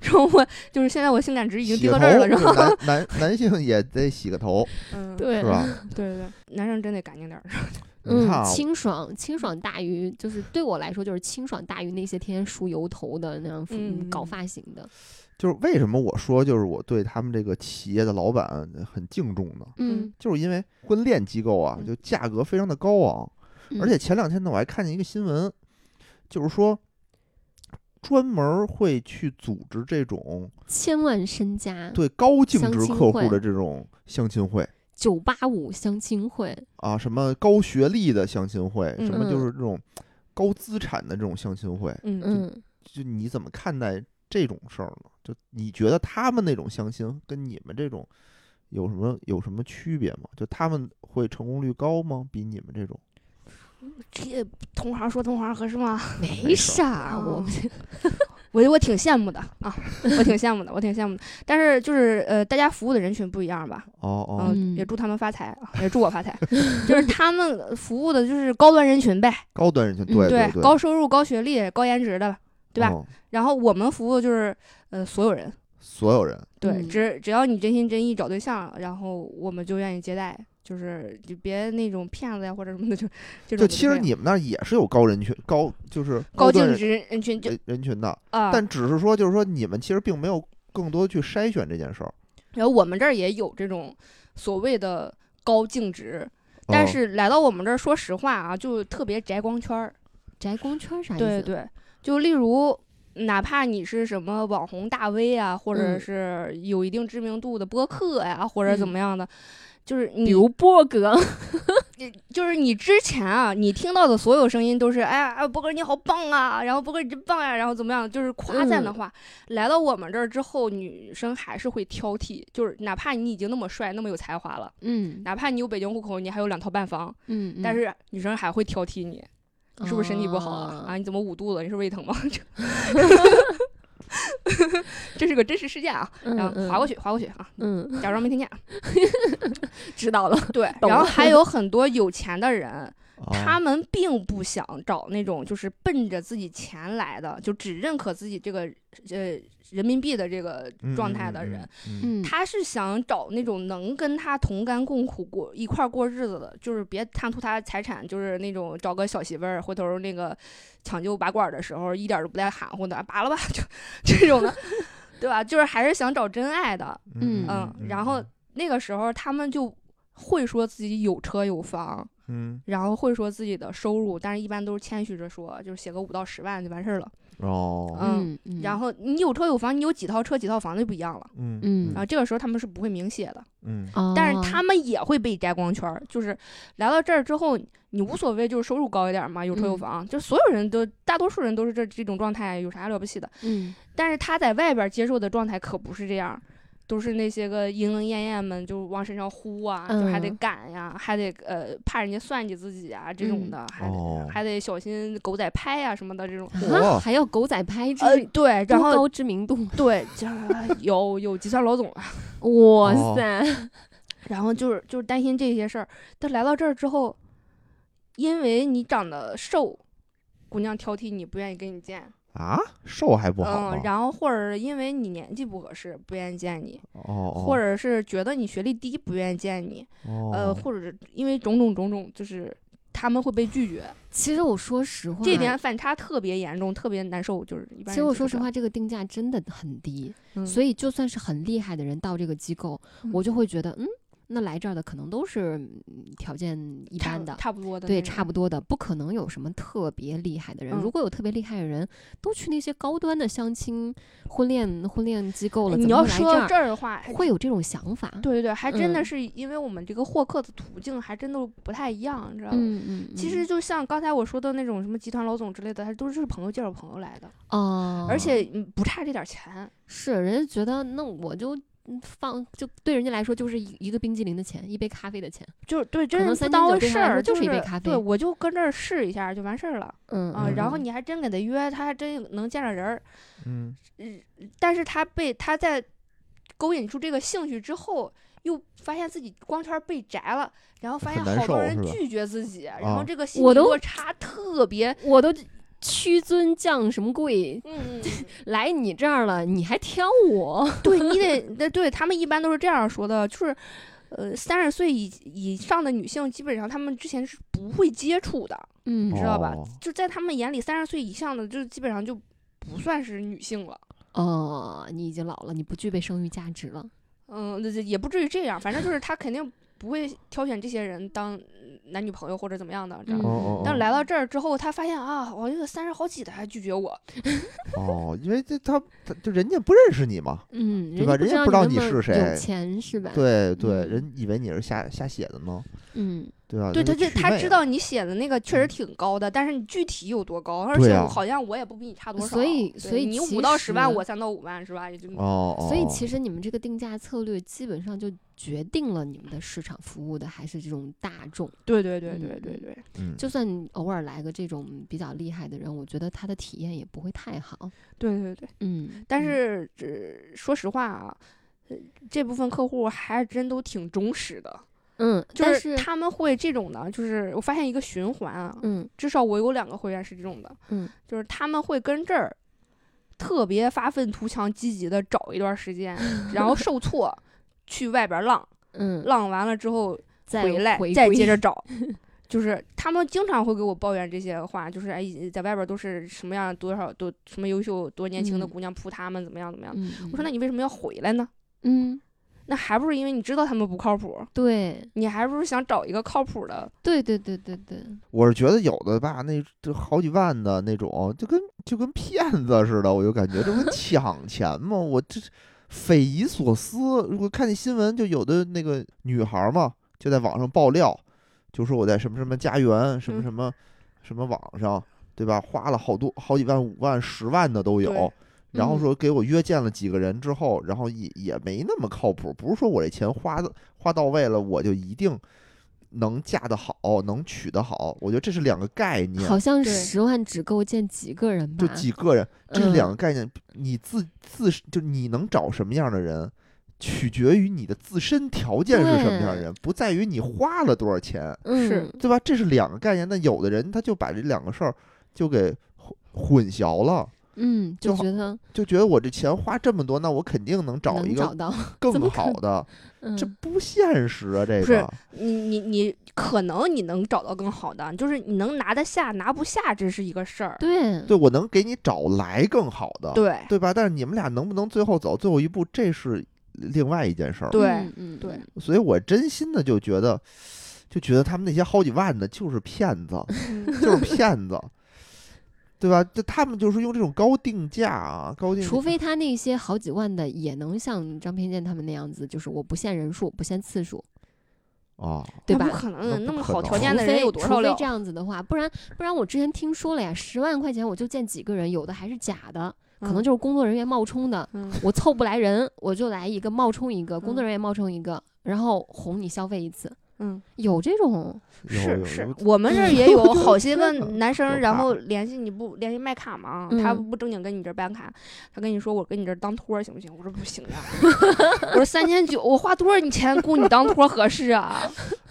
Speaker 4: 然后我就是现在我性感值
Speaker 2: 哦，
Speaker 4: 已经
Speaker 2: 洗
Speaker 4: 低
Speaker 2: 个
Speaker 4: 到
Speaker 2: 头
Speaker 4: 这儿了，然后
Speaker 2: 就男男男性也得洗个头，
Speaker 4: 嗯，
Speaker 3: 对
Speaker 4: 对
Speaker 2: 是吧？
Speaker 4: 对对，男生真得干净点儿。
Speaker 2: 你
Speaker 3: 嗯
Speaker 2: 看，啊，
Speaker 3: 清爽清爽大于就是对我来说就是清爽大于那些天天梳油头的那样服
Speaker 4: 嗯
Speaker 3: 搞发型的。
Speaker 2: 就是为什么我说就是我对他们这个企业的老板很敬重呢？
Speaker 3: 嗯，
Speaker 2: 就是因为婚恋机构啊，
Speaker 4: 嗯
Speaker 2: 就价格非常的高昂，而且前两天呢，我还看见一个新闻，就是说专门会去组织这种
Speaker 3: 千万身家，
Speaker 2: 对高净值
Speaker 3: 相亲
Speaker 2: 客户
Speaker 3: 会
Speaker 2: 的这种相亲会
Speaker 3: 九八五相亲会，
Speaker 2: 啊，什么高学历的相亲会，什么就
Speaker 3: 嗯
Speaker 2: 是这种高资产的这种相亲会，
Speaker 4: 嗯
Speaker 3: 嗯，
Speaker 2: 就你怎么看待这种事儿呢？就你觉得他们那种相亲跟你们这种有什么有什么区别吗？就他们会成功率高吗？比你们这种？
Speaker 4: 这同行说同行合适吗？
Speaker 3: 没事儿，
Speaker 4: 哦
Speaker 3: 我们
Speaker 4: 我我挺羡慕的啊，我挺羡慕的，我挺羡慕的。但是就是呃，大家服务的人群不一样吧，
Speaker 2: 哦哦，
Speaker 4: 嗯，
Speaker 3: 嗯
Speaker 4: 也祝他们发财，啊，也祝我发财。 就是他们服务的就是高端人群呗，
Speaker 2: 高端人群，
Speaker 3: 嗯
Speaker 2: 对对，
Speaker 4: 高收入、高学历、高颜值的，对吧
Speaker 2: 嗯
Speaker 4: 然后我们服务就是呃所有人。
Speaker 2: 所有人，
Speaker 4: 对，
Speaker 3: 嗯
Speaker 4: 只只要你真心真意找对象，然后我们就愿意接待，就是就别那种骗子呀或者什么的，就这
Speaker 2: 就
Speaker 4: 种就
Speaker 2: 其
Speaker 4: 可
Speaker 2: 实
Speaker 4: 以
Speaker 2: 你们那儿也是有高人群，高就是
Speaker 4: 了高
Speaker 2: 端
Speaker 4: 净
Speaker 2: 人
Speaker 4: 值人群就
Speaker 2: 人人群的，
Speaker 4: 啊，
Speaker 2: 但只是说就是说你们其实并没有更多去筛选这件事儿，
Speaker 4: 然后我们这儿也有这种所谓的高净值，但
Speaker 2: 哦
Speaker 4: 是来到我们这儿，说实话啊，就特别宅光圈儿。
Speaker 3: 宅光圈啥意思？
Speaker 4: 对对，就例如。哪怕你是什么网红大 V 啊，或者
Speaker 3: 嗯
Speaker 4: 是有一定知名度的播客呀、或者怎
Speaker 3: 嗯
Speaker 4: 么样的，就是你
Speaker 3: 比如波哥，
Speaker 4: 就是你之前啊，你听到的所有声音都是，哎呀，哎波哥你好棒啊，然后波哥你真棒呀、然后怎么样，就是夸赞
Speaker 3: 嗯
Speaker 4: 的话。来到我们这儿之后，女生还是会挑剔，就是哪怕你已经那么帅、那么有才华了，
Speaker 3: 嗯
Speaker 4: 哪怕你有北京户口，你还有两套半房，
Speaker 3: 嗯，
Speaker 4: 但是女生还会挑剔你，你是不是身体不好啊？
Speaker 3: 啊
Speaker 4: 啊，你怎么捂肚子？你是胃疼吗？ 这这是个真实事件啊，
Speaker 3: 嗯
Speaker 4: 然后划过
Speaker 3: 去，
Speaker 4: 去，划过去啊，
Speaker 3: 哦嗯，
Speaker 4: 假装没听见。
Speaker 3: 知道了，
Speaker 4: 对，
Speaker 3: 懂
Speaker 4: 然后
Speaker 3: 了
Speaker 4: 还有很多有钱的人，
Speaker 2: 啊
Speaker 4: 他们并不想找那种就是奔着自己钱来的，就只认可自己这个呃人民币的这个状态的人。，
Speaker 2: 嗯嗯嗯嗯
Speaker 3: 嗯，
Speaker 4: 他是想找那种能跟他同甘共苦过一块儿过日子的，就是别贪图他的财产，就是那种找个小媳妇儿，回头那个抢救拔管儿的时候一点儿都不带含糊的，拔了吧，就这种的，对吧？就是还是想找真爱的。
Speaker 3: 嗯
Speaker 4: 嗯，然后那个时候他们就会说自己有车有房，
Speaker 2: 嗯，
Speaker 4: 然后会说自己的收入，但是一般都是谦虚着说，就是写个五到十万就完事儿了。
Speaker 2: 哦，
Speaker 3: 嗯，嗯
Speaker 4: 然后你有车有房，你有几套车几套房就不一样了。
Speaker 2: 嗯
Speaker 3: 嗯
Speaker 4: 然后这个时候他们是不会明写的，
Speaker 2: 嗯
Speaker 3: 哦
Speaker 4: 但是他们也会被摘光圈儿。就是来到这儿之后，你无所谓，就是收入高一点嘛，有车有
Speaker 3: 嗯
Speaker 4: 房，就所有人都大多数人都是这这种状态，有啥了不起的？
Speaker 3: 嗯
Speaker 4: 但是他在外边儿接受的状态可不是这样儿。都是那些个莺莺燕燕们，就往身上呼啊，就还得
Speaker 3: 嗯
Speaker 4: 赶呀，还得呃怕人家算计自己啊，这种
Speaker 3: 嗯
Speaker 4: 的，还得
Speaker 2: 哦，
Speaker 4: 还得小心狗仔拍呀、什么的这种。
Speaker 3: 啊
Speaker 2: 哇
Speaker 3: 还要狗仔拍，这
Speaker 4: 呃，
Speaker 3: 是
Speaker 4: 对，
Speaker 3: 多
Speaker 4: 然后
Speaker 3: 高知名 度，
Speaker 4: 对，这有有计算老总了，啊
Speaker 3: 哇
Speaker 2: 哦
Speaker 3: 塞，
Speaker 4: 然后就是就是担心这些事儿。但来到这儿之后，因为你长得瘦，姑娘挑剔你，不愿意跟你见，
Speaker 2: 啊，瘦还不好啊
Speaker 4: 嗯，
Speaker 2: 吗？
Speaker 4: 然后或者是因为你年纪不合适，不愿意见你，
Speaker 2: 哦，
Speaker 4: 或者是觉得你学历低，不愿意见你，呃，
Speaker 2: 呃
Speaker 4: 或者是因为种种种种，就是。他们会被拒绝，
Speaker 3: 其实我说实话，
Speaker 4: 这点反差特别严重，特别难受，就是一
Speaker 3: 其
Speaker 4: 般人
Speaker 3: 实我
Speaker 4: 接
Speaker 3: 说
Speaker 4: 受不
Speaker 3: 实
Speaker 4: 了，
Speaker 3: 话，这个定价真的很低，
Speaker 4: 嗯
Speaker 3: 所以就算是很厉害的人到这个机构，我就会觉得，嗯，那来这儿的可能都是嗯条件一
Speaker 4: 差
Speaker 3: 般
Speaker 4: 不
Speaker 3: 的。
Speaker 4: 差不多的那
Speaker 3: 对，
Speaker 4: 种，
Speaker 3: 差不多的，不可能有什么特别厉害的人。
Speaker 4: 嗯
Speaker 3: 如果有特别厉害的人，都去那些高端的相亲、婚恋、婚恋机构了，
Speaker 4: 哎你
Speaker 3: 怎么
Speaker 4: 要
Speaker 3: 会来
Speaker 4: 说
Speaker 3: 这
Speaker 4: 这儿的话，
Speaker 3: 儿会有这种想法？
Speaker 4: 对对对，还真的
Speaker 3: 嗯
Speaker 4: 是因为我们这个获客的途径还真的不太一样，你知道吧？
Speaker 3: 嗯嗯，
Speaker 4: 啊其实就像刚才我说的那种什么集团老总之类的，他都是朋友介绍朋友来的，
Speaker 3: 哦，
Speaker 4: 而且嗯不差这点钱。
Speaker 3: 是人家觉得，那我就嗯放，就对人家来说就是一一个冰激凌的钱，一杯咖啡的钱。
Speaker 4: 就是对，
Speaker 3: 能
Speaker 4: 真是不
Speaker 3: 三
Speaker 4: 当
Speaker 3: 斤酒
Speaker 4: 回
Speaker 3: 对
Speaker 4: 事
Speaker 3: 他来
Speaker 4: 儿，
Speaker 3: 说
Speaker 4: 就
Speaker 3: 就是是一杯咖啡
Speaker 4: 对，我就跟这儿试一下就完事儿了
Speaker 3: 嗯
Speaker 4: 啊。然后
Speaker 3: 嗯
Speaker 4: 你还真给他约，他还真能见着人儿。
Speaker 2: 嗯
Speaker 4: 但是他被他在勾引出这个兴趣之后，又发现自己光圈被摘了，然后发现
Speaker 2: 很难
Speaker 4: 好多
Speaker 2: 受
Speaker 4: 人
Speaker 2: 是吧
Speaker 4: 拒绝自己，然后
Speaker 2: 啊
Speaker 4: 这个心
Speaker 3: 我
Speaker 4: 理
Speaker 3: 都
Speaker 4: 落差特别。
Speaker 3: 我都屈尊降什么贵，
Speaker 4: 嗯，
Speaker 3: 来你这儿了，你还挑我？
Speaker 4: 对你得，那对他们一般都是这样说的，就是，呃，三十岁以以上的女性，基本上她们之前是不会接触的，
Speaker 3: 嗯
Speaker 4: 你知道吧
Speaker 2: 哦？
Speaker 4: 就在他们眼里，三十岁以上的就基本上就不算是女性了。
Speaker 3: 哦，你已经老了，你不具备生育价值了。
Speaker 4: 嗯，那也不至于这样，反正就是他肯定不会挑选这些人当男女朋友或者怎么样的，这样。
Speaker 3: 嗯
Speaker 2: 哦哦
Speaker 4: 但来到这儿之后，他发现啊，我这个三十好几的还拒绝我，
Speaker 2: 哦，因为这他他就人家不认识你嘛，
Speaker 3: 嗯，
Speaker 2: 对吧
Speaker 3: 人
Speaker 2: 人家
Speaker 3: 家
Speaker 2: 不知道
Speaker 3: 你那
Speaker 2: 你
Speaker 3: 么
Speaker 2: 是
Speaker 3: 有
Speaker 2: 谁
Speaker 3: 钱是吧？，
Speaker 2: 对对，
Speaker 3: 嗯
Speaker 2: 人以为你是瞎瞎写的呢，
Speaker 3: 嗯，
Speaker 2: 对吧？
Speaker 4: 对他
Speaker 2: 那
Speaker 4: 就
Speaker 2: 就
Speaker 4: 他
Speaker 2: 祛魅
Speaker 4: 知
Speaker 2: 了
Speaker 4: 道你写的那个确实挺高的，但是你具体有多高，而
Speaker 2: 嗯对
Speaker 4: 且
Speaker 2: 啊
Speaker 4: 我好像我也不比你差多少，
Speaker 3: 所以
Speaker 4: 对
Speaker 3: 所以
Speaker 4: 你
Speaker 3: 其
Speaker 4: 五到十万，
Speaker 3: 实
Speaker 4: 我三到五万是吧？也就
Speaker 2: 哦，
Speaker 3: 所以
Speaker 2: 哦
Speaker 3: 其实你们这个定价策略基本上就决定了你们的市场服务的还是这种大众。
Speaker 4: 对对对
Speaker 3: 嗯
Speaker 4: 对对对，
Speaker 2: 嗯
Speaker 3: 就算你偶尔来个这种比较厉害的人，我觉得他的体验也不会太好。
Speaker 4: 对对对。
Speaker 3: 嗯，
Speaker 4: 但
Speaker 3: 嗯
Speaker 4: 是这说实话啊，呃这部分客户还真都挺忠实的，
Speaker 3: 嗯，
Speaker 4: 就
Speaker 3: 但
Speaker 4: 是他们会这种的，就是我发现一个循环啊，
Speaker 3: 嗯
Speaker 4: 至少我有两个会员是这种的，
Speaker 3: 嗯，
Speaker 4: 就是他们会跟这儿特别发愤图强、积极的找一段时间，然后受挫，去外边浪，
Speaker 3: 嗯，
Speaker 4: 浪完了之后
Speaker 3: 再
Speaker 4: 回来
Speaker 3: 回
Speaker 4: 再
Speaker 3: 归
Speaker 4: 接着找。就是他们经常会给我抱怨这些话，就是哎，在外边都是什么样多少多什么优秀多年轻的
Speaker 3: 嗯
Speaker 4: 姑娘扑他们怎么样怎么样。
Speaker 3: 嗯，
Speaker 4: 我说那你为什么要回来呢？
Speaker 3: 嗯，
Speaker 4: 那还不是因为你知道他们不靠谱，
Speaker 3: 对
Speaker 4: 你还不是想找一个靠谱的？
Speaker 3: 对对对对对，
Speaker 4: 嗯
Speaker 2: 我是觉得有的吧，那就好几万的那种，就跟就跟骗子似的，我就感觉 这不是抢钱吗？我这匪夷所思。我看见新闻，就有的那个女孩儿嘛，就在网上爆料，就说我在什么什么家园、什么
Speaker 4: 嗯
Speaker 2: 什么、什么网上，对吧？花了好多好几万、五万、十万的都有
Speaker 4: 对。
Speaker 2: 然后
Speaker 3: 嗯
Speaker 2: 说给我约见了几个人之后，然后也也没那么靠谱，不是说我这钱花的花到位了，我就一定能嫁得好，能娶得好。我觉得这是两个概念，
Speaker 3: 好像
Speaker 4: 对
Speaker 3: 十万只够见几个人吧？
Speaker 2: 就几个人，这是
Speaker 3: 嗯
Speaker 2: 两个概念。你自自就你能找什么样的人，取决于你的自身条件是什么样的
Speaker 3: 对
Speaker 2: 人，不在于你花了多少钱，
Speaker 4: 是
Speaker 3: 嗯
Speaker 2: 对吧？这是两个概念。那有的人他就把这两个事儿就给混混淆了，
Speaker 3: 嗯，就
Speaker 2: 就好
Speaker 3: 觉得
Speaker 2: 就觉得我这钱花这么多，那我肯定能找
Speaker 3: 能
Speaker 2: 一
Speaker 3: 找
Speaker 2: 个
Speaker 3: 到，
Speaker 2: 更
Speaker 3: 怎么可
Speaker 2: 好的，
Speaker 3: 嗯，
Speaker 2: 这不现实啊！这
Speaker 4: 不是
Speaker 2: 个
Speaker 4: 你你你可能你能找到更好的，就是你能拿得下拿不下，这是一个事儿。
Speaker 3: 对
Speaker 2: 对我能给你找来更好的，
Speaker 4: 对
Speaker 2: 对吧？但是你们俩能不能最后走最后一步，这是另外一件事儿。
Speaker 4: 对
Speaker 3: 嗯嗯
Speaker 4: 对
Speaker 3: 嗯
Speaker 2: 所以我真心的就觉得，就觉得他们那些好几万的就是骗 子，就是骗子，对吧？就他们就是用这种高定价啊，高定价，
Speaker 3: 除非他那些好几万的也能像张偏见他们那样子，就是我不限人数，不限次数，
Speaker 2: 啊，
Speaker 3: 对
Speaker 4: 那
Speaker 3: 吧
Speaker 4: 不？可
Speaker 2: 那
Speaker 4: 能，那
Speaker 2: 不
Speaker 4: 么
Speaker 2: 可
Speaker 4: 好条
Speaker 2: 能
Speaker 4: 件的
Speaker 3: 除
Speaker 4: 人
Speaker 3: 非
Speaker 4: 有多
Speaker 3: 除
Speaker 4: 少
Speaker 3: 非
Speaker 4: 了
Speaker 3: 这？样子的话，不然不然我之前听说了呀，十万块钱我就见几个人，有的还是假的，可能
Speaker 4: 嗯
Speaker 3: 就是工作人员冒充的，
Speaker 4: 嗯
Speaker 3: 我凑不来人，我就来一个冒充一个，工作
Speaker 4: 嗯
Speaker 3: 人员冒充一个，然后哄你消费一次，
Speaker 4: 嗯，
Speaker 3: 有这种，
Speaker 2: 有
Speaker 4: 是
Speaker 2: 有
Speaker 4: 是
Speaker 2: 有，嗯
Speaker 4: 我们这儿也有 好些个男
Speaker 2: 有
Speaker 4: 生，然
Speaker 2: 怕
Speaker 4: 后联系你不联系卖卡嘛，他
Speaker 3: 嗯
Speaker 4: 不正经跟你这儿办卡，他跟你说我跟你这儿当托儿行不行？我说不行 呀，我说三千九，我花多少钱雇你当托儿合 适啊？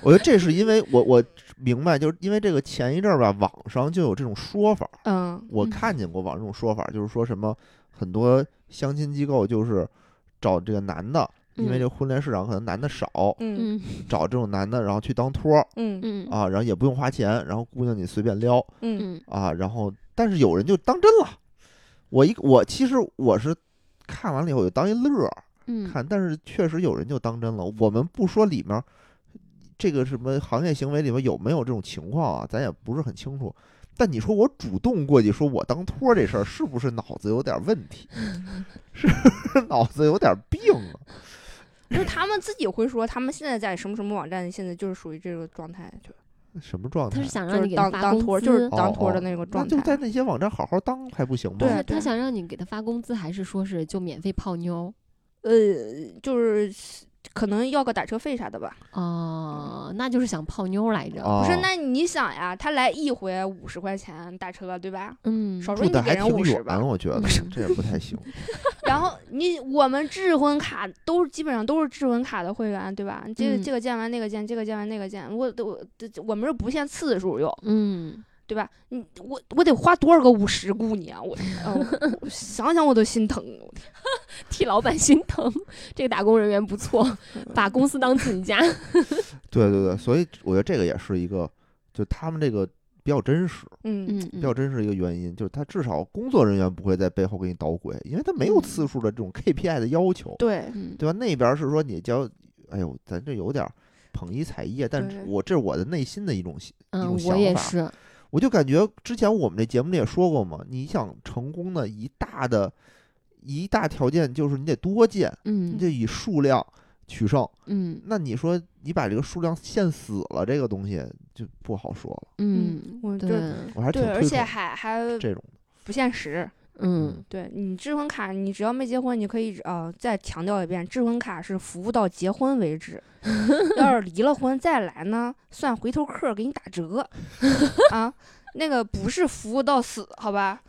Speaker 2: 我觉得这是因为我我明白，就是因为这个前一阵儿吧，网上就有这种说法，
Speaker 4: 嗯
Speaker 2: 我
Speaker 3: 嗯
Speaker 2: 看见过网上这种说法，就是说什么很多相亲机构就是找这个男的，因为
Speaker 3: 嗯
Speaker 2: 这婚恋市场可能男的少，
Speaker 4: 嗯
Speaker 3: 嗯
Speaker 2: 找这种男的，然后去当托儿
Speaker 4: 嗯
Speaker 3: 嗯
Speaker 2: 啊，然后也不用花钱，然后姑娘你随便撩
Speaker 4: 嗯
Speaker 3: 嗯
Speaker 2: 啊，然后但是有人就当真了，我一我其实我是看完了以后我就当一乐儿
Speaker 3: 嗯，
Speaker 2: 看，但是确实有人就当真了。我们不说里面儿这个什么行业行为里面有没有这种情况啊，咱也不是很清楚。但你说我主动过去说我当托儿这事儿，是不是脑子有点儿问题？ 是不是脑子有点儿病啊？
Speaker 4: 就是他们自己会说，他们现在在什么什么网站，现在就是属于这个状态，就
Speaker 2: 什么状
Speaker 3: 他
Speaker 2: 态
Speaker 3: 是？想
Speaker 4: 就
Speaker 3: 让
Speaker 4: 是
Speaker 3: 你给
Speaker 4: 当
Speaker 3: 他发
Speaker 4: 当托
Speaker 3: 工
Speaker 4: 儿就是
Speaker 3: 资。
Speaker 4: 当
Speaker 2: 哦
Speaker 4: 托儿的
Speaker 2: 哦
Speaker 4: 那个
Speaker 2: 那
Speaker 4: 状
Speaker 2: 就在
Speaker 4: 态。
Speaker 2: 那些网站好好当还不行吗？
Speaker 3: 不
Speaker 4: 对
Speaker 3: 是他
Speaker 4: 对
Speaker 3: 想让你给他发工资，还是说是就免费泡妞？
Speaker 4: 呃，就是可能要个打车费啥的吧。
Speaker 3: 哦，那就是想泡妞来着。
Speaker 2: 啊，
Speaker 4: 不是，那你想呀，他来一回五十块钱打车，对吧？
Speaker 3: 嗯，
Speaker 4: 少
Speaker 2: 住
Speaker 4: 说你
Speaker 2: 的
Speaker 4: 给
Speaker 2: 还
Speaker 4: 人
Speaker 2: 挺
Speaker 4: 五十吧
Speaker 2: 远，。哦我 觉得
Speaker 3: 嗯
Speaker 2: 这也不太行。
Speaker 4: 然后你我们智婚卡都是基本上都是智婚卡的会员，对吧？这个
Speaker 3: 嗯
Speaker 4: 这个见完那个见，这个见完那个见，我我这这我们是不限次数哟，
Speaker 3: 嗯，
Speaker 4: 对吧？你我我得花多少个五十雇你 啊？我、哦我想想我都心疼。
Speaker 3: 替老板心疼，这个打工人员不错，把公司当自己家。
Speaker 2: 对对对，所以我觉得这个也是一个，就他们这个比较真实，
Speaker 4: 嗯，
Speaker 2: 比较真实的一个原因，就是他至少工作人员不会在背后给你捣鬼，因为他没有
Speaker 3: 嗯
Speaker 2: 次数的这种 KPI 的要求，
Speaker 4: 对，
Speaker 3: 嗯，
Speaker 2: 对吧？那边儿是说你交，哎呦，咱这有点儿捧一踩一啊，但是
Speaker 4: 对
Speaker 2: 我这是我的内心的一种想，
Speaker 3: 嗯，
Speaker 2: 种
Speaker 3: 我也
Speaker 2: 想法
Speaker 3: 是，
Speaker 2: 我就感觉之前我们这节目里也说过嘛，你想成功的一大的一大条件就是你得多见，你
Speaker 3: 嗯
Speaker 2: 得以数量取胜。
Speaker 3: 嗯
Speaker 2: 那你说你把这个数量限死了，这个东西就不好说了。
Speaker 3: 嗯，
Speaker 4: 我
Speaker 3: 对
Speaker 4: 就，
Speaker 2: 我还是挺
Speaker 4: 对，而
Speaker 2: 推
Speaker 4: 且
Speaker 2: 崇
Speaker 4: 还还
Speaker 2: 这 种的。
Speaker 4: 不限时。
Speaker 3: 嗯
Speaker 4: 对你智婚卡，你只要没结婚，你可以啊、呃再强调一遍，智婚卡是服务到结婚为止。要是离了婚再来呢，算回头客，给你打折啊。那个不是服务到死，好吧？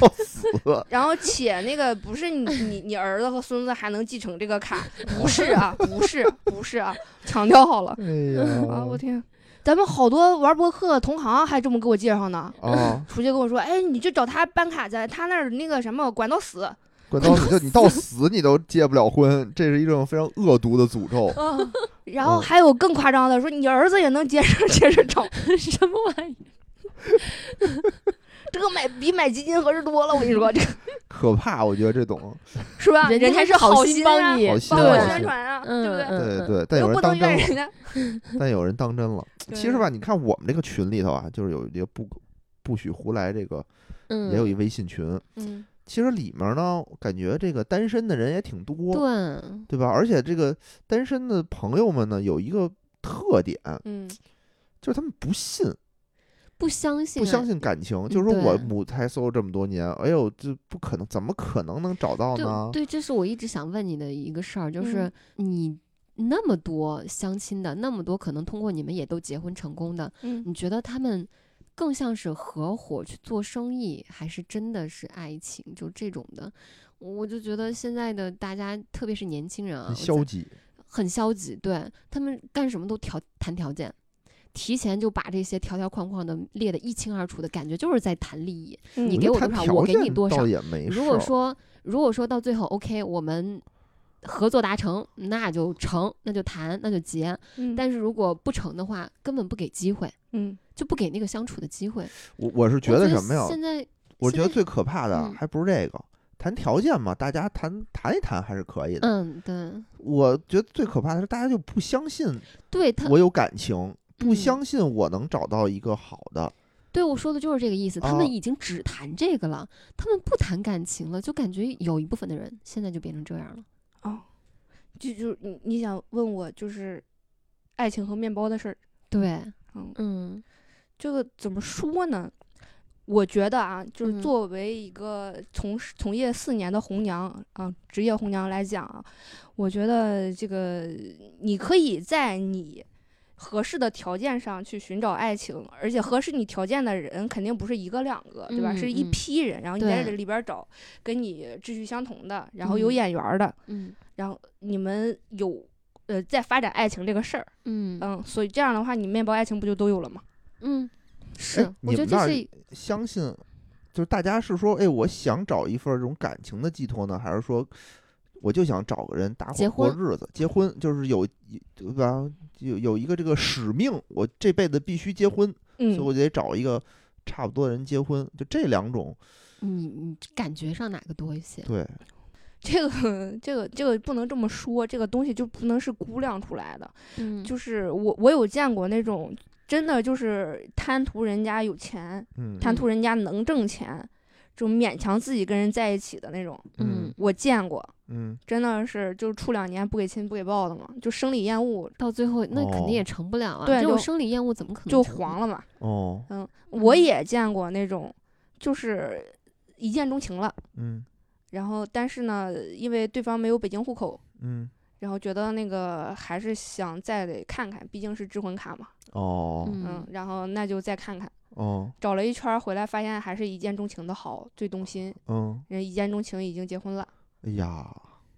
Speaker 2: 要死！
Speaker 4: 然后且那个不是你你你儿子和孙子还能继承这个卡，不是啊，不是不是啊，强调好了
Speaker 2: 哎
Speaker 4: 啊！我
Speaker 2: 呀，
Speaker 4: 天，咱们好多玩博客的同行还这么给我介绍呢。
Speaker 2: 啊，
Speaker 4: 出去跟我说，哎，你就找他办卡去，他那儿那个什么管到死，
Speaker 2: 管到你就你到死你都结不了婚，这是一种非常恶毒的诅 咒。
Speaker 4: 嗯，然后
Speaker 2: 嗯
Speaker 4: 还有更夸张的，说你儿子也能接着 接着找，
Speaker 3: 什么玩意？
Speaker 4: 这个买比买基金合适多了。我跟你说，这个
Speaker 2: 可怕，我觉得这种，
Speaker 4: 是吧？人
Speaker 3: 人
Speaker 4: 家
Speaker 3: 还
Speaker 4: 是
Speaker 3: 是
Speaker 4: 好
Speaker 3: 心
Speaker 4: 啊
Speaker 3: 帮你，
Speaker 2: 好心
Speaker 4: 帮
Speaker 2: 啊
Speaker 4: 我
Speaker 2: 好
Speaker 4: 宣
Speaker 2: 心
Speaker 4: 传啊，
Speaker 3: 嗯
Speaker 4: 对不
Speaker 2: 对
Speaker 4: 对？
Speaker 3: 嗯嗯
Speaker 2: 对，但有
Speaker 4: 又
Speaker 2: 人
Speaker 4: 不能
Speaker 2: 当
Speaker 4: 怨
Speaker 2: 真了，
Speaker 4: 人 家。
Speaker 2: 但有人当真 了。其实吧，你看我们这个群里头啊，就是有一个不不许胡来这个，
Speaker 3: 嗯，
Speaker 2: 也有一微信群。
Speaker 4: 嗯，
Speaker 2: 其实里面呢，我感觉这个单身的人也挺多，
Speaker 3: 对，
Speaker 2: 对吧？而且这个单身的朋友们呢，有一个特点，
Speaker 4: 嗯
Speaker 2: 就是他们不信，
Speaker 3: 不相信，
Speaker 2: 不相。信感情，就是说
Speaker 3: 嗯对
Speaker 2: 我母胎 solo 这么多年，哎呦，这不可能，怎么可能能找到呢
Speaker 3: 对？对，这是我一直想问你的一个事儿，就
Speaker 4: 嗯
Speaker 3: 是你那么多相亲的，那么多可能通过你们也都结婚成功的，
Speaker 4: 嗯，
Speaker 3: 你觉得他们更像是合伙去做生意，还是真的是爱情？就这种的，我就觉得现在的大家，特别是年轻人啊，
Speaker 2: 很消极，
Speaker 3: 很消极，对他们干什么都条谈条件，提前就把这些条条框框的列得一清二楚的感觉，就是在谈利益。
Speaker 4: 嗯
Speaker 3: 你
Speaker 2: 我
Speaker 3: 给
Speaker 2: 觉得
Speaker 3: 我
Speaker 2: 谈
Speaker 3: 多少
Speaker 2: 条
Speaker 3: 我给
Speaker 2: 件
Speaker 3: 你多
Speaker 2: 倒
Speaker 3: 少
Speaker 2: 也没事
Speaker 3: 如
Speaker 2: 儿。
Speaker 3: 果说如果说到最后 OK，我们合作达成，那就成，那就谈，那就结。
Speaker 4: 嗯
Speaker 3: 但是如果不成的话，根本不给机会，
Speaker 4: 嗯
Speaker 3: 就不给那个相处的机会。
Speaker 2: 我我是觉
Speaker 3: 我
Speaker 2: 得什么呀？
Speaker 3: 现在
Speaker 2: 我
Speaker 3: 现
Speaker 2: 觉得
Speaker 3: 在
Speaker 2: 最可怕的
Speaker 3: 嗯
Speaker 2: 还不是这个，谈条件嘛，大家谈谈一谈还是可以的。
Speaker 3: 嗯，对
Speaker 2: 我觉得最可怕的是大家就不相信
Speaker 3: 对，他
Speaker 2: 我有感情，不
Speaker 3: 嗯
Speaker 2: 相信我能找到一个好的。
Speaker 3: 对我说的就是这个意思。他
Speaker 2: 啊
Speaker 3: 们已经只谈这个了，他们不谈感情了，就感觉有一部分的人现在就变成这样了。
Speaker 4: 哦，就就你你想问我就是爱情和面包的事儿，
Speaker 3: 对，
Speaker 4: 嗯，
Speaker 3: 嗯
Speaker 4: 这个怎么说呢？我觉得啊，就是
Speaker 3: 嗯
Speaker 4: 作为一个从事从业四年的红娘啊，职业红娘来讲啊，我觉得这个你可以在你合适的条件上去寻找爱情，而且合适你条件的人肯定不是一个两个，对吧？
Speaker 3: 嗯
Speaker 4: 是一
Speaker 3: 嗯
Speaker 4: 批人，然后你在
Speaker 3: 对
Speaker 4: 这里边找跟你志趣相同的，然后有
Speaker 3: 嗯
Speaker 4: 眼缘儿的，
Speaker 3: 嗯
Speaker 4: 然后你们有呃在发展爱情这个事儿，
Speaker 3: 嗯
Speaker 2: 啊
Speaker 4: 嗯，所以这样的话，你面包爱情不就都有了吗？
Speaker 3: 嗯，是，
Speaker 2: 哎你
Speaker 3: 我觉
Speaker 2: 们
Speaker 3: 得
Speaker 2: 那
Speaker 3: 这
Speaker 2: 儿
Speaker 3: 是
Speaker 2: 相信，就是大家是说，哎，我想找一份这种感情的寄托呢，还是说我就想找个人搭伙
Speaker 3: 结
Speaker 2: 过
Speaker 3: 婚
Speaker 2: 日子，结婚就是有一对吧？有有一个这个使命，我这辈子必须结婚，所以
Speaker 4: 嗯，
Speaker 2: 我就得找一个差不多的人结婚。就这两种，
Speaker 3: 你你感觉上哪个多一些？
Speaker 2: 对，
Speaker 4: 这个这个这个不能这么说，这个东西就不能是估量出来的。
Speaker 3: 嗯
Speaker 4: 就是我我有见过那种真的就是贪图人家有钱，
Speaker 2: 嗯
Speaker 4: 贪图人家能挣钱，就勉强自己跟人在一起的那种，
Speaker 2: 嗯
Speaker 3: 嗯，
Speaker 4: 我见过，
Speaker 2: 嗯，
Speaker 4: 真的是就处两年不给亲不给抱的嘛，就生理厌恶
Speaker 3: 到最后那肯定也成不了啊。
Speaker 4: 对
Speaker 3: 这
Speaker 4: 就
Speaker 3: 种生理厌恶怎么可能
Speaker 4: 就
Speaker 3: 成
Speaker 4: 黄了嘛。
Speaker 2: 哦，
Speaker 4: 嗯，我也见过那种就是一见钟情了。
Speaker 2: 嗯
Speaker 4: 然后但是呢，因为对方没有北京户口，
Speaker 2: 嗯，
Speaker 4: 然后觉得那个还是想再得看看，毕竟是智魂卡嘛，
Speaker 2: 哦
Speaker 4: 嗯
Speaker 3: 嗯，
Speaker 4: 然后那就再看看。
Speaker 2: 哦
Speaker 4: 找了一圈儿回来，发现还是一见钟情的好，最动心。
Speaker 2: 嗯，
Speaker 4: 人一见钟情已经结婚了，
Speaker 2: 哎呀，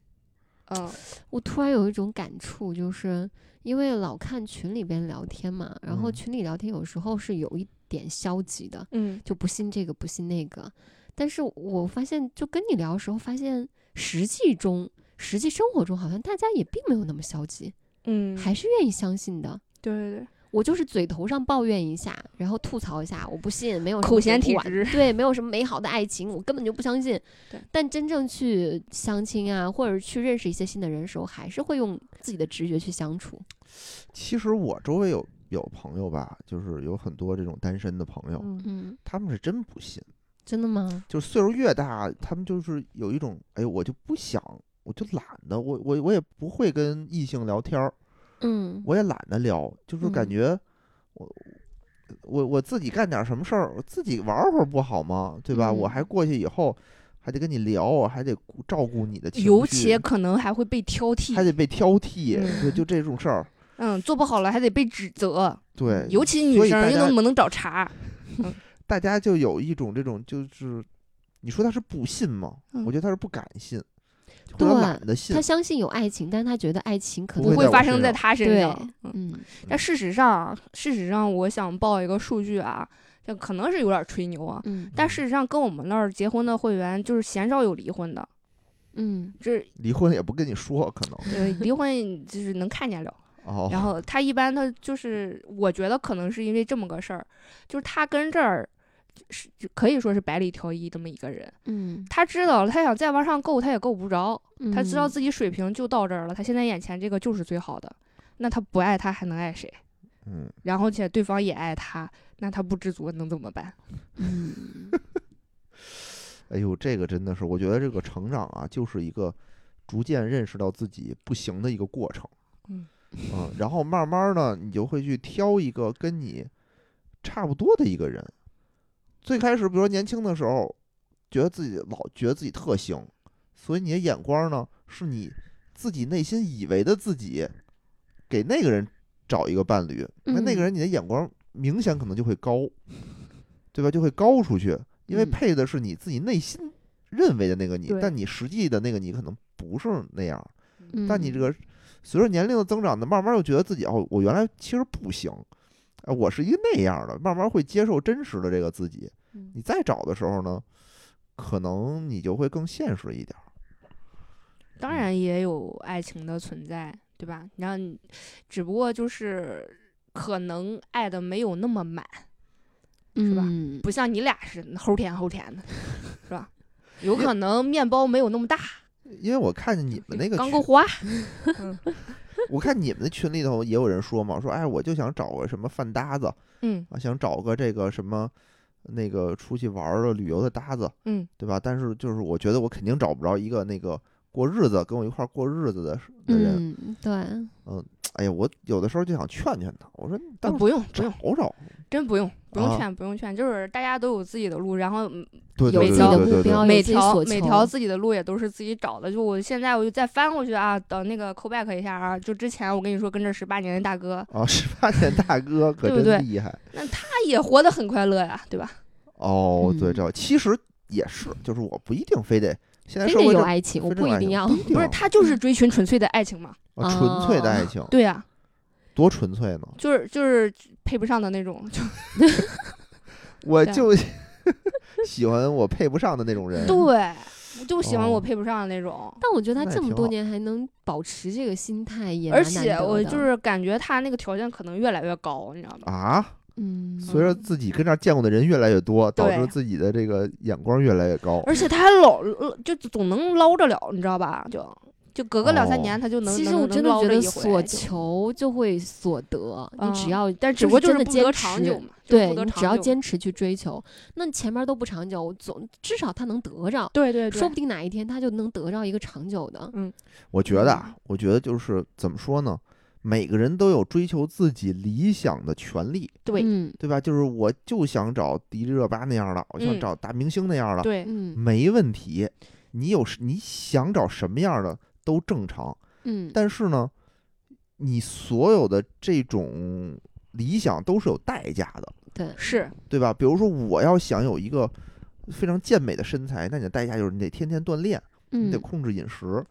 Speaker 4: 嗯
Speaker 3: 我突然有一种感触，就是因为老看群里边聊天嘛，然
Speaker 2: 嗯
Speaker 3: 后群里聊天有时候是有一点消极的，
Speaker 4: 嗯
Speaker 3: 就不信这个不信那个。但是我发现，就跟你聊的时候，发现实际中、实际生活中，好像大家也并没有那么消极，
Speaker 4: 嗯，
Speaker 3: 还是愿意相信的。
Speaker 4: 对对对，
Speaker 3: 我就是嘴头上抱怨一下，然后吐槽一下，我不信，没有什么
Speaker 4: 口嫌
Speaker 3: 不
Speaker 4: 体
Speaker 3: 完
Speaker 4: 直
Speaker 3: 对，没有什么美好的爱情，我根本就不相信
Speaker 4: 对。
Speaker 3: 但真正去相亲啊，或者去认识一些新的人的时候，还是会用自己的直觉去相处。
Speaker 2: 其实我周围有有朋友吧，就是有很多这种单身的朋友，
Speaker 4: 嗯
Speaker 3: 嗯，
Speaker 2: 他们是真不信。
Speaker 3: 真的吗？
Speaker 2: 就是岁数越大，他们就是有一种，哎，我就不想，我就懒得，我我我也不会跟异性聊天儿，
Speaker 3: 嗯，
Speaker 2: 我也懒得聊，就是感
Speaker 3: 嗯
Speaker 2: 觉我、我我自己干点什么事儿，我自己玩会儿不好吗？对吧？我
Speaker 3: 嗯
Speaker 2: 还过去以后还得跟你聊，我还得顾照顾你的情绪，
Speaker 4: 有且可能还会被挑
Speaker 2: 还
Speaker 4: 剔，
Speaker 2: 得被挑剔，
Speaker 4: 嗯
Speaker 2: 对，就这种事儿，
Speaker 4: 嗯，做不好了还得被指责，
Speaker 2: 对，
Speaker 4: 尤其
Speaker 2: 所
Speaker 4: 女
Speaker 2: 以大
Speaker 4: 生又
Speaker 2: 家
Speaker 4: 能不能找茬？
Speaker 2: 大家就有一种这种就是。你说他是不信吗？
Speaker 4: 嗯
Speaker 2: 我觉得他是不敢信，或者
Speaker 3: 对
Speaker 2: 懒得信
Speaker 3: 他。相信有爱情，但是他觉得爱情可
Speaker 2: 不
Speaker 3: 能
Speaker 2: 会
Speaker 4: 会
Speaker 2: 在我
Speaker 4: 发
Speaker 2: 身
Speaker 4: 生在
Speaker 2: 上
Speaker 4: 她身
Speaker 3: 对
Speaker 4: 上，嗯。
Speaker 3: 嗯
Speaker 4: 但事实上啊，事实上，我想报一个数据啊，这可能是有点吹牛啊。
Speaker 3: 嗯
Speaker 4: 但事实上，跟我们那儿结婚的会员就是鲜少有离婚的，
Speaker 3: 嗯
Speaker 4: 就是
Speaker 2: 离婚也不跟你说，可能
Speaker 4: 呃离婚就是能看见了。
Speaker 2: 哦，
Speaker 4: 然后他一般他就是，我觉得可能是因为这么个事儿，就是他跟这儿是可以说是百里挑一这么一个人，
Speaker 3: 嗯，
Speaker 4: 他知道了他想再往上够他也够不着，他知道
Speaker 3: 己
Speaker 4: 自己水平就到这儿了，他现在眼前这个就是最好的，那他不爱他还能爱谁？
Speaker 2: 嗯，
Speaker 4: 然后且对方也爱他，那他不知足能怎么办？
Speaker 3: 嗯
Speaker 2: 哎呦，这个真的是，我觉得这个成长啊，就是一个逐渐认识到自己不行的一个过程。
Speaker 4: 嗯
Speaker 2: 嗯然后慢慢呢，你就会去挑一个跟你差不多的一个人。最开始，比如说年轻的时候，觉得自己老觉得自己特行，所以你的眼光呢，是你自己内心以为的自己，给那个人找一个伴侣，那那个
Speaker 3: 嗯
Speaker 2: 人你的眼光明显可能就会高，对吧？就会高出去，因为
Speaker 3: 嗯
Speaker 2: 配的是你自己内心认为的那个你，
Speaker 4: 对
Speaker 2: 但你实际的那个你可能不是那样。
Speaker 3: 嗯
Speaker 2: 但你这个随着年龄的增长呢，慢慢又觉得自己哦，我原来其实不行，哎，我是一个那样的，慢慢会接受真实的这个自己。
Speaker 4: 嗯
Speaker 2: 你再找的时候呢，可能你就会更现实一点儿。嗯
Speaker 4: 当然也有爱情的存在，对吧？然后你，只不过就是可能爱的没有那么满，是吧
Speaker 3: 嗯
Speaker 4: 不像你俩是齁甜齁甜的，是吧？有可能面包没有那么大，
Speaker 2: 因为我看见你们那个
Speaker 4: 刚
Speaker 2: 群，
Speaker 4: 够花。
Speaker 2: 我看你们的群里头也有人说嘛，说哎，我就想找个什么饭搭子
Speaker 4: 嗯
Speaker 2: 啊，想找个这个什么那个出去玩儿的旅游的搭子，
Speaker 4: 嗯，
Speaker 2: 对吧？但是就是我觉得我肯定找不着一个那个过日子跟我一块儿过日子的的人，
Speaker 3: 嗯，对，
Speaker 2: 哎呀，我有的时候就想劝劝他，我说你
Speaker 4: 呃
Speaker 2: 当时
Speaker 4: 不用不
Speaker 2: 找
Speaker 4: 用，
Speaker 2: 找，
Speaker 4: 真不用不用
Speaker 2: 啊
Speaker 4: 劝不用劝，就是大家都有自己的路，然后嗯
Speaker 2: 对
Speaker 4: 有
Speaker 2: 对对
Speaker 4: 自己
Speaker 2: 对
Speaker 4: 的
Speaker 2: 对
Speaker 3: 目
Speaker 2: 对对
Speaker 3: 标
Speaker 4: 每
Speaker 3: 自己
Speaker 4: 条
Speaker 3: 所
Speaker 4: 每
Speaker 3: 求
Speaker 4: 条自己的路也都是自己找的。就我现在我就再翻过去啊，等那个扣 back 一下啊，就之前我跟你说跟着十八年的大哥，
Speaker 2: 啊，十八年大哥可
Speaker 4: 对不对
Speaker 2: 真厉害
Speaker 4: 那他也活得很快乐呀，对吧？
Speaker 2: 哦，对，
Speaker 3: 嗯
Speaker 2: 这其实也是，就是我不一定非得现在
Speaker 3: 非
Speaker 2: 社
Speaker 3: 得
Speaker 2: 会
Speaker 3: 有
Speaker 2: 上
Speaker 3: 爱情，我
Speaker 2: 非得
Speaker 3: 不
Speaker 2: 有
Speaker 3: 一
Speaker 2: 爱
Speaker 3: 定
Speaker 2: 情
Speaker 3: 要。
Speaker 2: 定
Speaker 4: 不是，
Speaker 2: 要
Speaker 4: 他就是追寻纯粹的爱情嘛。
Speaker 2: 啊纯粹的爱
Speaker 3: 哦
Speaker 2: 情，
Speaker 4: 对呀、
Speaker 2: 多纯粹呢！
Speaker 4: 就是就是配不上的那种，就
Speaker 2: 我
Speaker 4: 对
Speaker 2: 就 喜欢我配不上的那种人，
Speaker 4: 对，我就喜欢我
Speaker 2: 哦
Speaker 4: 配不上的那种。
Speaker 3: 但我觉得
Speaker 2: 那
Speaker 3: 他
Speaker 2: 也
Speaker 3: 这么
Speaker 2: 挺
Speaker 3: 多
Speaker 2: 好
Speaker 3: 年还能保持这个心态，也
Speaker 4: 而
Speaker 3: 蛮难
Speaker 4: 且
Speaker 3: 得
Speaker 4: 我
Speaker 3: 的
Speaker 4: 就是感觉他那个条件可能越来越高，你知道吗？
Speaker 2: 啊，
Speaker 3: 嗯，
Speaker 2: 随着自己跟这儿见过的人越来越多，导致
Speaker 4: 对
Speaker 2: 自己的这个眼光越来越
Speaker 3: 哦
Speaker 2: 高。
Speaker 4: 而且他还老就总能捞着了，你知道吧？就就隔个两三
Speaker 2: 哦
Speaker 4: 年他就能。
Speaker 3: 其实
Speaker 4: 能
Speaker 3: 我
Speaker 4: 能
Speaker 3: 真的
Speaker 4: 捞
Speaker 3: 觉
Speaker 4: 着
Speaker 3: 得
Speaker 4: 一回
Speaker 3: 所
Speaker 4: 就
Speaker 3: 求就会所得，你
Speaker 4: 嗯
Speaker 3: 只要
Speaker 4: 但只
Speaker 3: 就
Speaker 4: 不过
Speaker 3: 是
Speaker 4: 就
Speaker 3: 真的
Speaker 4: 是不
Speaker 3: 坚
Speaker 4: 得长久
Speaker 3: 持
Speaker 4: 嘛，就是
Speaker 3: 对
Speaker 4: 不得
Speaker 3: 你只
Speaker 4: 长
Speaker 3: 要
Speaker 4: 久
Speaker 3: 坚持去追求，那前面都不长久，总至少他能得着，
Speaker 4: 对对嗯对，
Speaker 3: 说不定哪一天他就能得着一个长久的。
Speaker 2: 我觉得
Speaker 4: 嗯
Speaker 2: 啊，我觉得就是怎么说呢，每个人都有追求自己理想的权利，
Speaker 4: 对
Speaker 3: 嗯
Speaker 2: 对吧？就是我就想找迪丽热巴那样的，我想
Speaker 4: 嗯
Speaker 2: 找大明星那样的，
Speaker 4: 对
Speaker 3: 嗯
Speaker 2: 没问题。你有你想找什么样的都正常，
Speaker 3: 嗯，
Speaker 2: 但是呢，你所有的这种理想都是有代价的，
Speaker 3: 对，
Speaker 4: 是，
Speaker 2: 对吧？比如说，我要想有一个非常健美的身材，那你的代价就是你得天天锻炼，你
Speaker 3: 嗯
Speaker 2: 得控制饮食。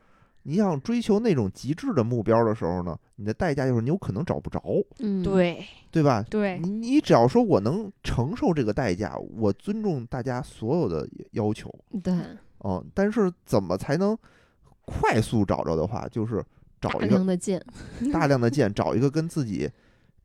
Speaker 2: 你想追求那种极致的目标的时候呢，你的代价就是你有可能找不着，
Speaker 3: 嗯，
Speaker 4: 对
Speaker 2: 对吧？
Speaker 4: 对
Speaker 2: 你你只要说我能承受这个代价，我尊重大家所有的要求
Speaker 4: 嗯
Speaker 3: 对，
Speaker 2: 啊、但是怎么才能快速找着的话，就是找
Speaker 3: 大
Speaker 2: 一
Speaker 3: 量
Speaker 2: 个
Speaker 3: 的见，
Speaker 2: 大量的见，找一个跟自己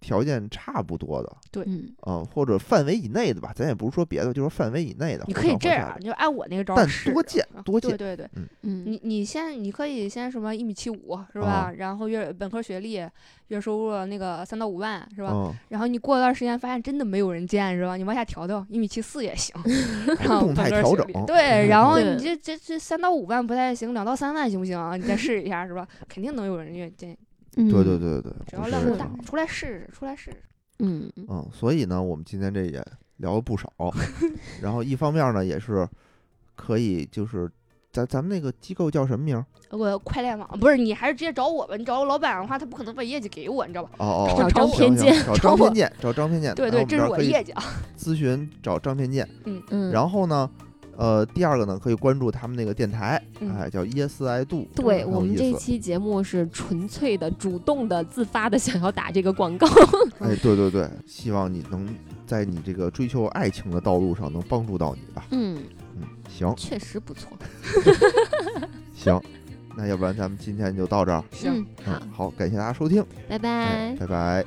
Speaker 2: 条件差不多的
Speaker 3: 嗯
Speaker 2: 啊、或者范围以内的吧。咱也不是说别的，就说范围以内的。
Speaker 4: 你
Speaker 2: 或
Speaker 4: 可以
Speaker 2: 上或
Speaker 4: 这
Speaker 2: 下
Speaker 4: 样，
Speaker 2: 的，
Speaker 4: 你就按我那个招
Speaker 2: 但
Speaker 4: 儿试
Speaker 2: 多
Speaker 4: 着
Speaker 2: 见
Speaker 4: 啊
Speaker 2: 多
Speaker 4: 对
Speaker 2: 见
Speaker 4: 对对，
Speaker 3: 嗯
Speaker 4: 你你先你可以先什么一米七五是吧
Speaker 2: 啊？
Speaker 4: 然后月本科学历，月收入那个三到五万是吧？
Speaker 2: 嗯，
Speaker 4: 然后你过一段时间发现真的没有人见，是吧？你往下调调，一米七四 也行， 然后
Speaker 2: 动态
Speaker 4: 本科
Speaker 2: 调
Speaker 4: 学历
Speaker 2: 整
Speaker 4: 对，然 后
Speaker 3: 对
Speaker 4: 你这这这三到五万不太行，两到三万行不行啊？你再试一下，是吧？肯定能有人愿意见，
Speaker 3: 嗯，
Speaker 2: 对对，对对，
Speaker 4: 只
Speaker 2: 我
Speaker 4: 要
Speaker 2: 是
Speaker 4: 量
Speaker 3: 是
Speaker 4: 够
Speaker 2: 这
Speaker 4: 大
Speaker 2: 样，
Speaker 4: 出来试试，出来试试。
Speaker 3: 嗯
Speaker 2: 嗯，所以呢，我们今天这也聊了不 少，然后一方面呢，也是可以就是咱咱们那个机构叫什么名儿？
Speaker 4: 我快链网不是你，还是直接找我吧。你找我老板的话，他不可能把业绩给我，你知道吧？
Speaker 2: 哦哦，
Speaker 3: 找
Speaker 2: 哦
Speaker 3: 张
Speaker 2: 行
Speaker 3: 偏
Speaker 2: 行
Speaker 3: 见
Speaker 2: 找
Speaker 4: 找
Speaker 2: 张
Speaker 4: 我
Speaker 2: 偏见，找张偏见。
Speaker 4: 对
Speaker 2: 来
Speaker 4: 对，
Speaker 2: 我们这
Speaker 4: 这是
Speaker 2: 儿
Speaker 4: 我
Speaker 2: 可以
Speaker 4: 业绩啊。
Speaker 2: 咨询找张偏见。
Speaker 3: 嗯，后
Speaker 2: 然后呢，呃，第二个呢，可以关注他们那个电台，
Speaker 4: 嗯
Speaker 2: 哎，叫 Yes I Do。
Speaker 3: 对
Speaker 2: 很
Speaker 3: 我
Speaker 2: 有
Speaker 3: 们
Speaker 2: 意
Speaker 3: 这
Speaker 2: 思
Speaker 3: 期节目是纯粹的、主动的、自发的想要打这个广告。嗯
Speaker 2: 哎，对对对，希望你能在你这个追求爱情的道路上能帮助到你吧。
Speaker 3: 嗯，
Speaker 2: 嗯，行
Speaker 3: 确实不错。
Speaker 2: 行，那要不然咱们今天就到这儿。
Speaker 4: 行
Speaker 3: 嗯，好
Speaker 2: 嗯，，好，感谢大家收听，
Speaker 3: 拜
Speaker 2: 哎
Speaker 3: 拜，。
Speaker 2: 拜拜。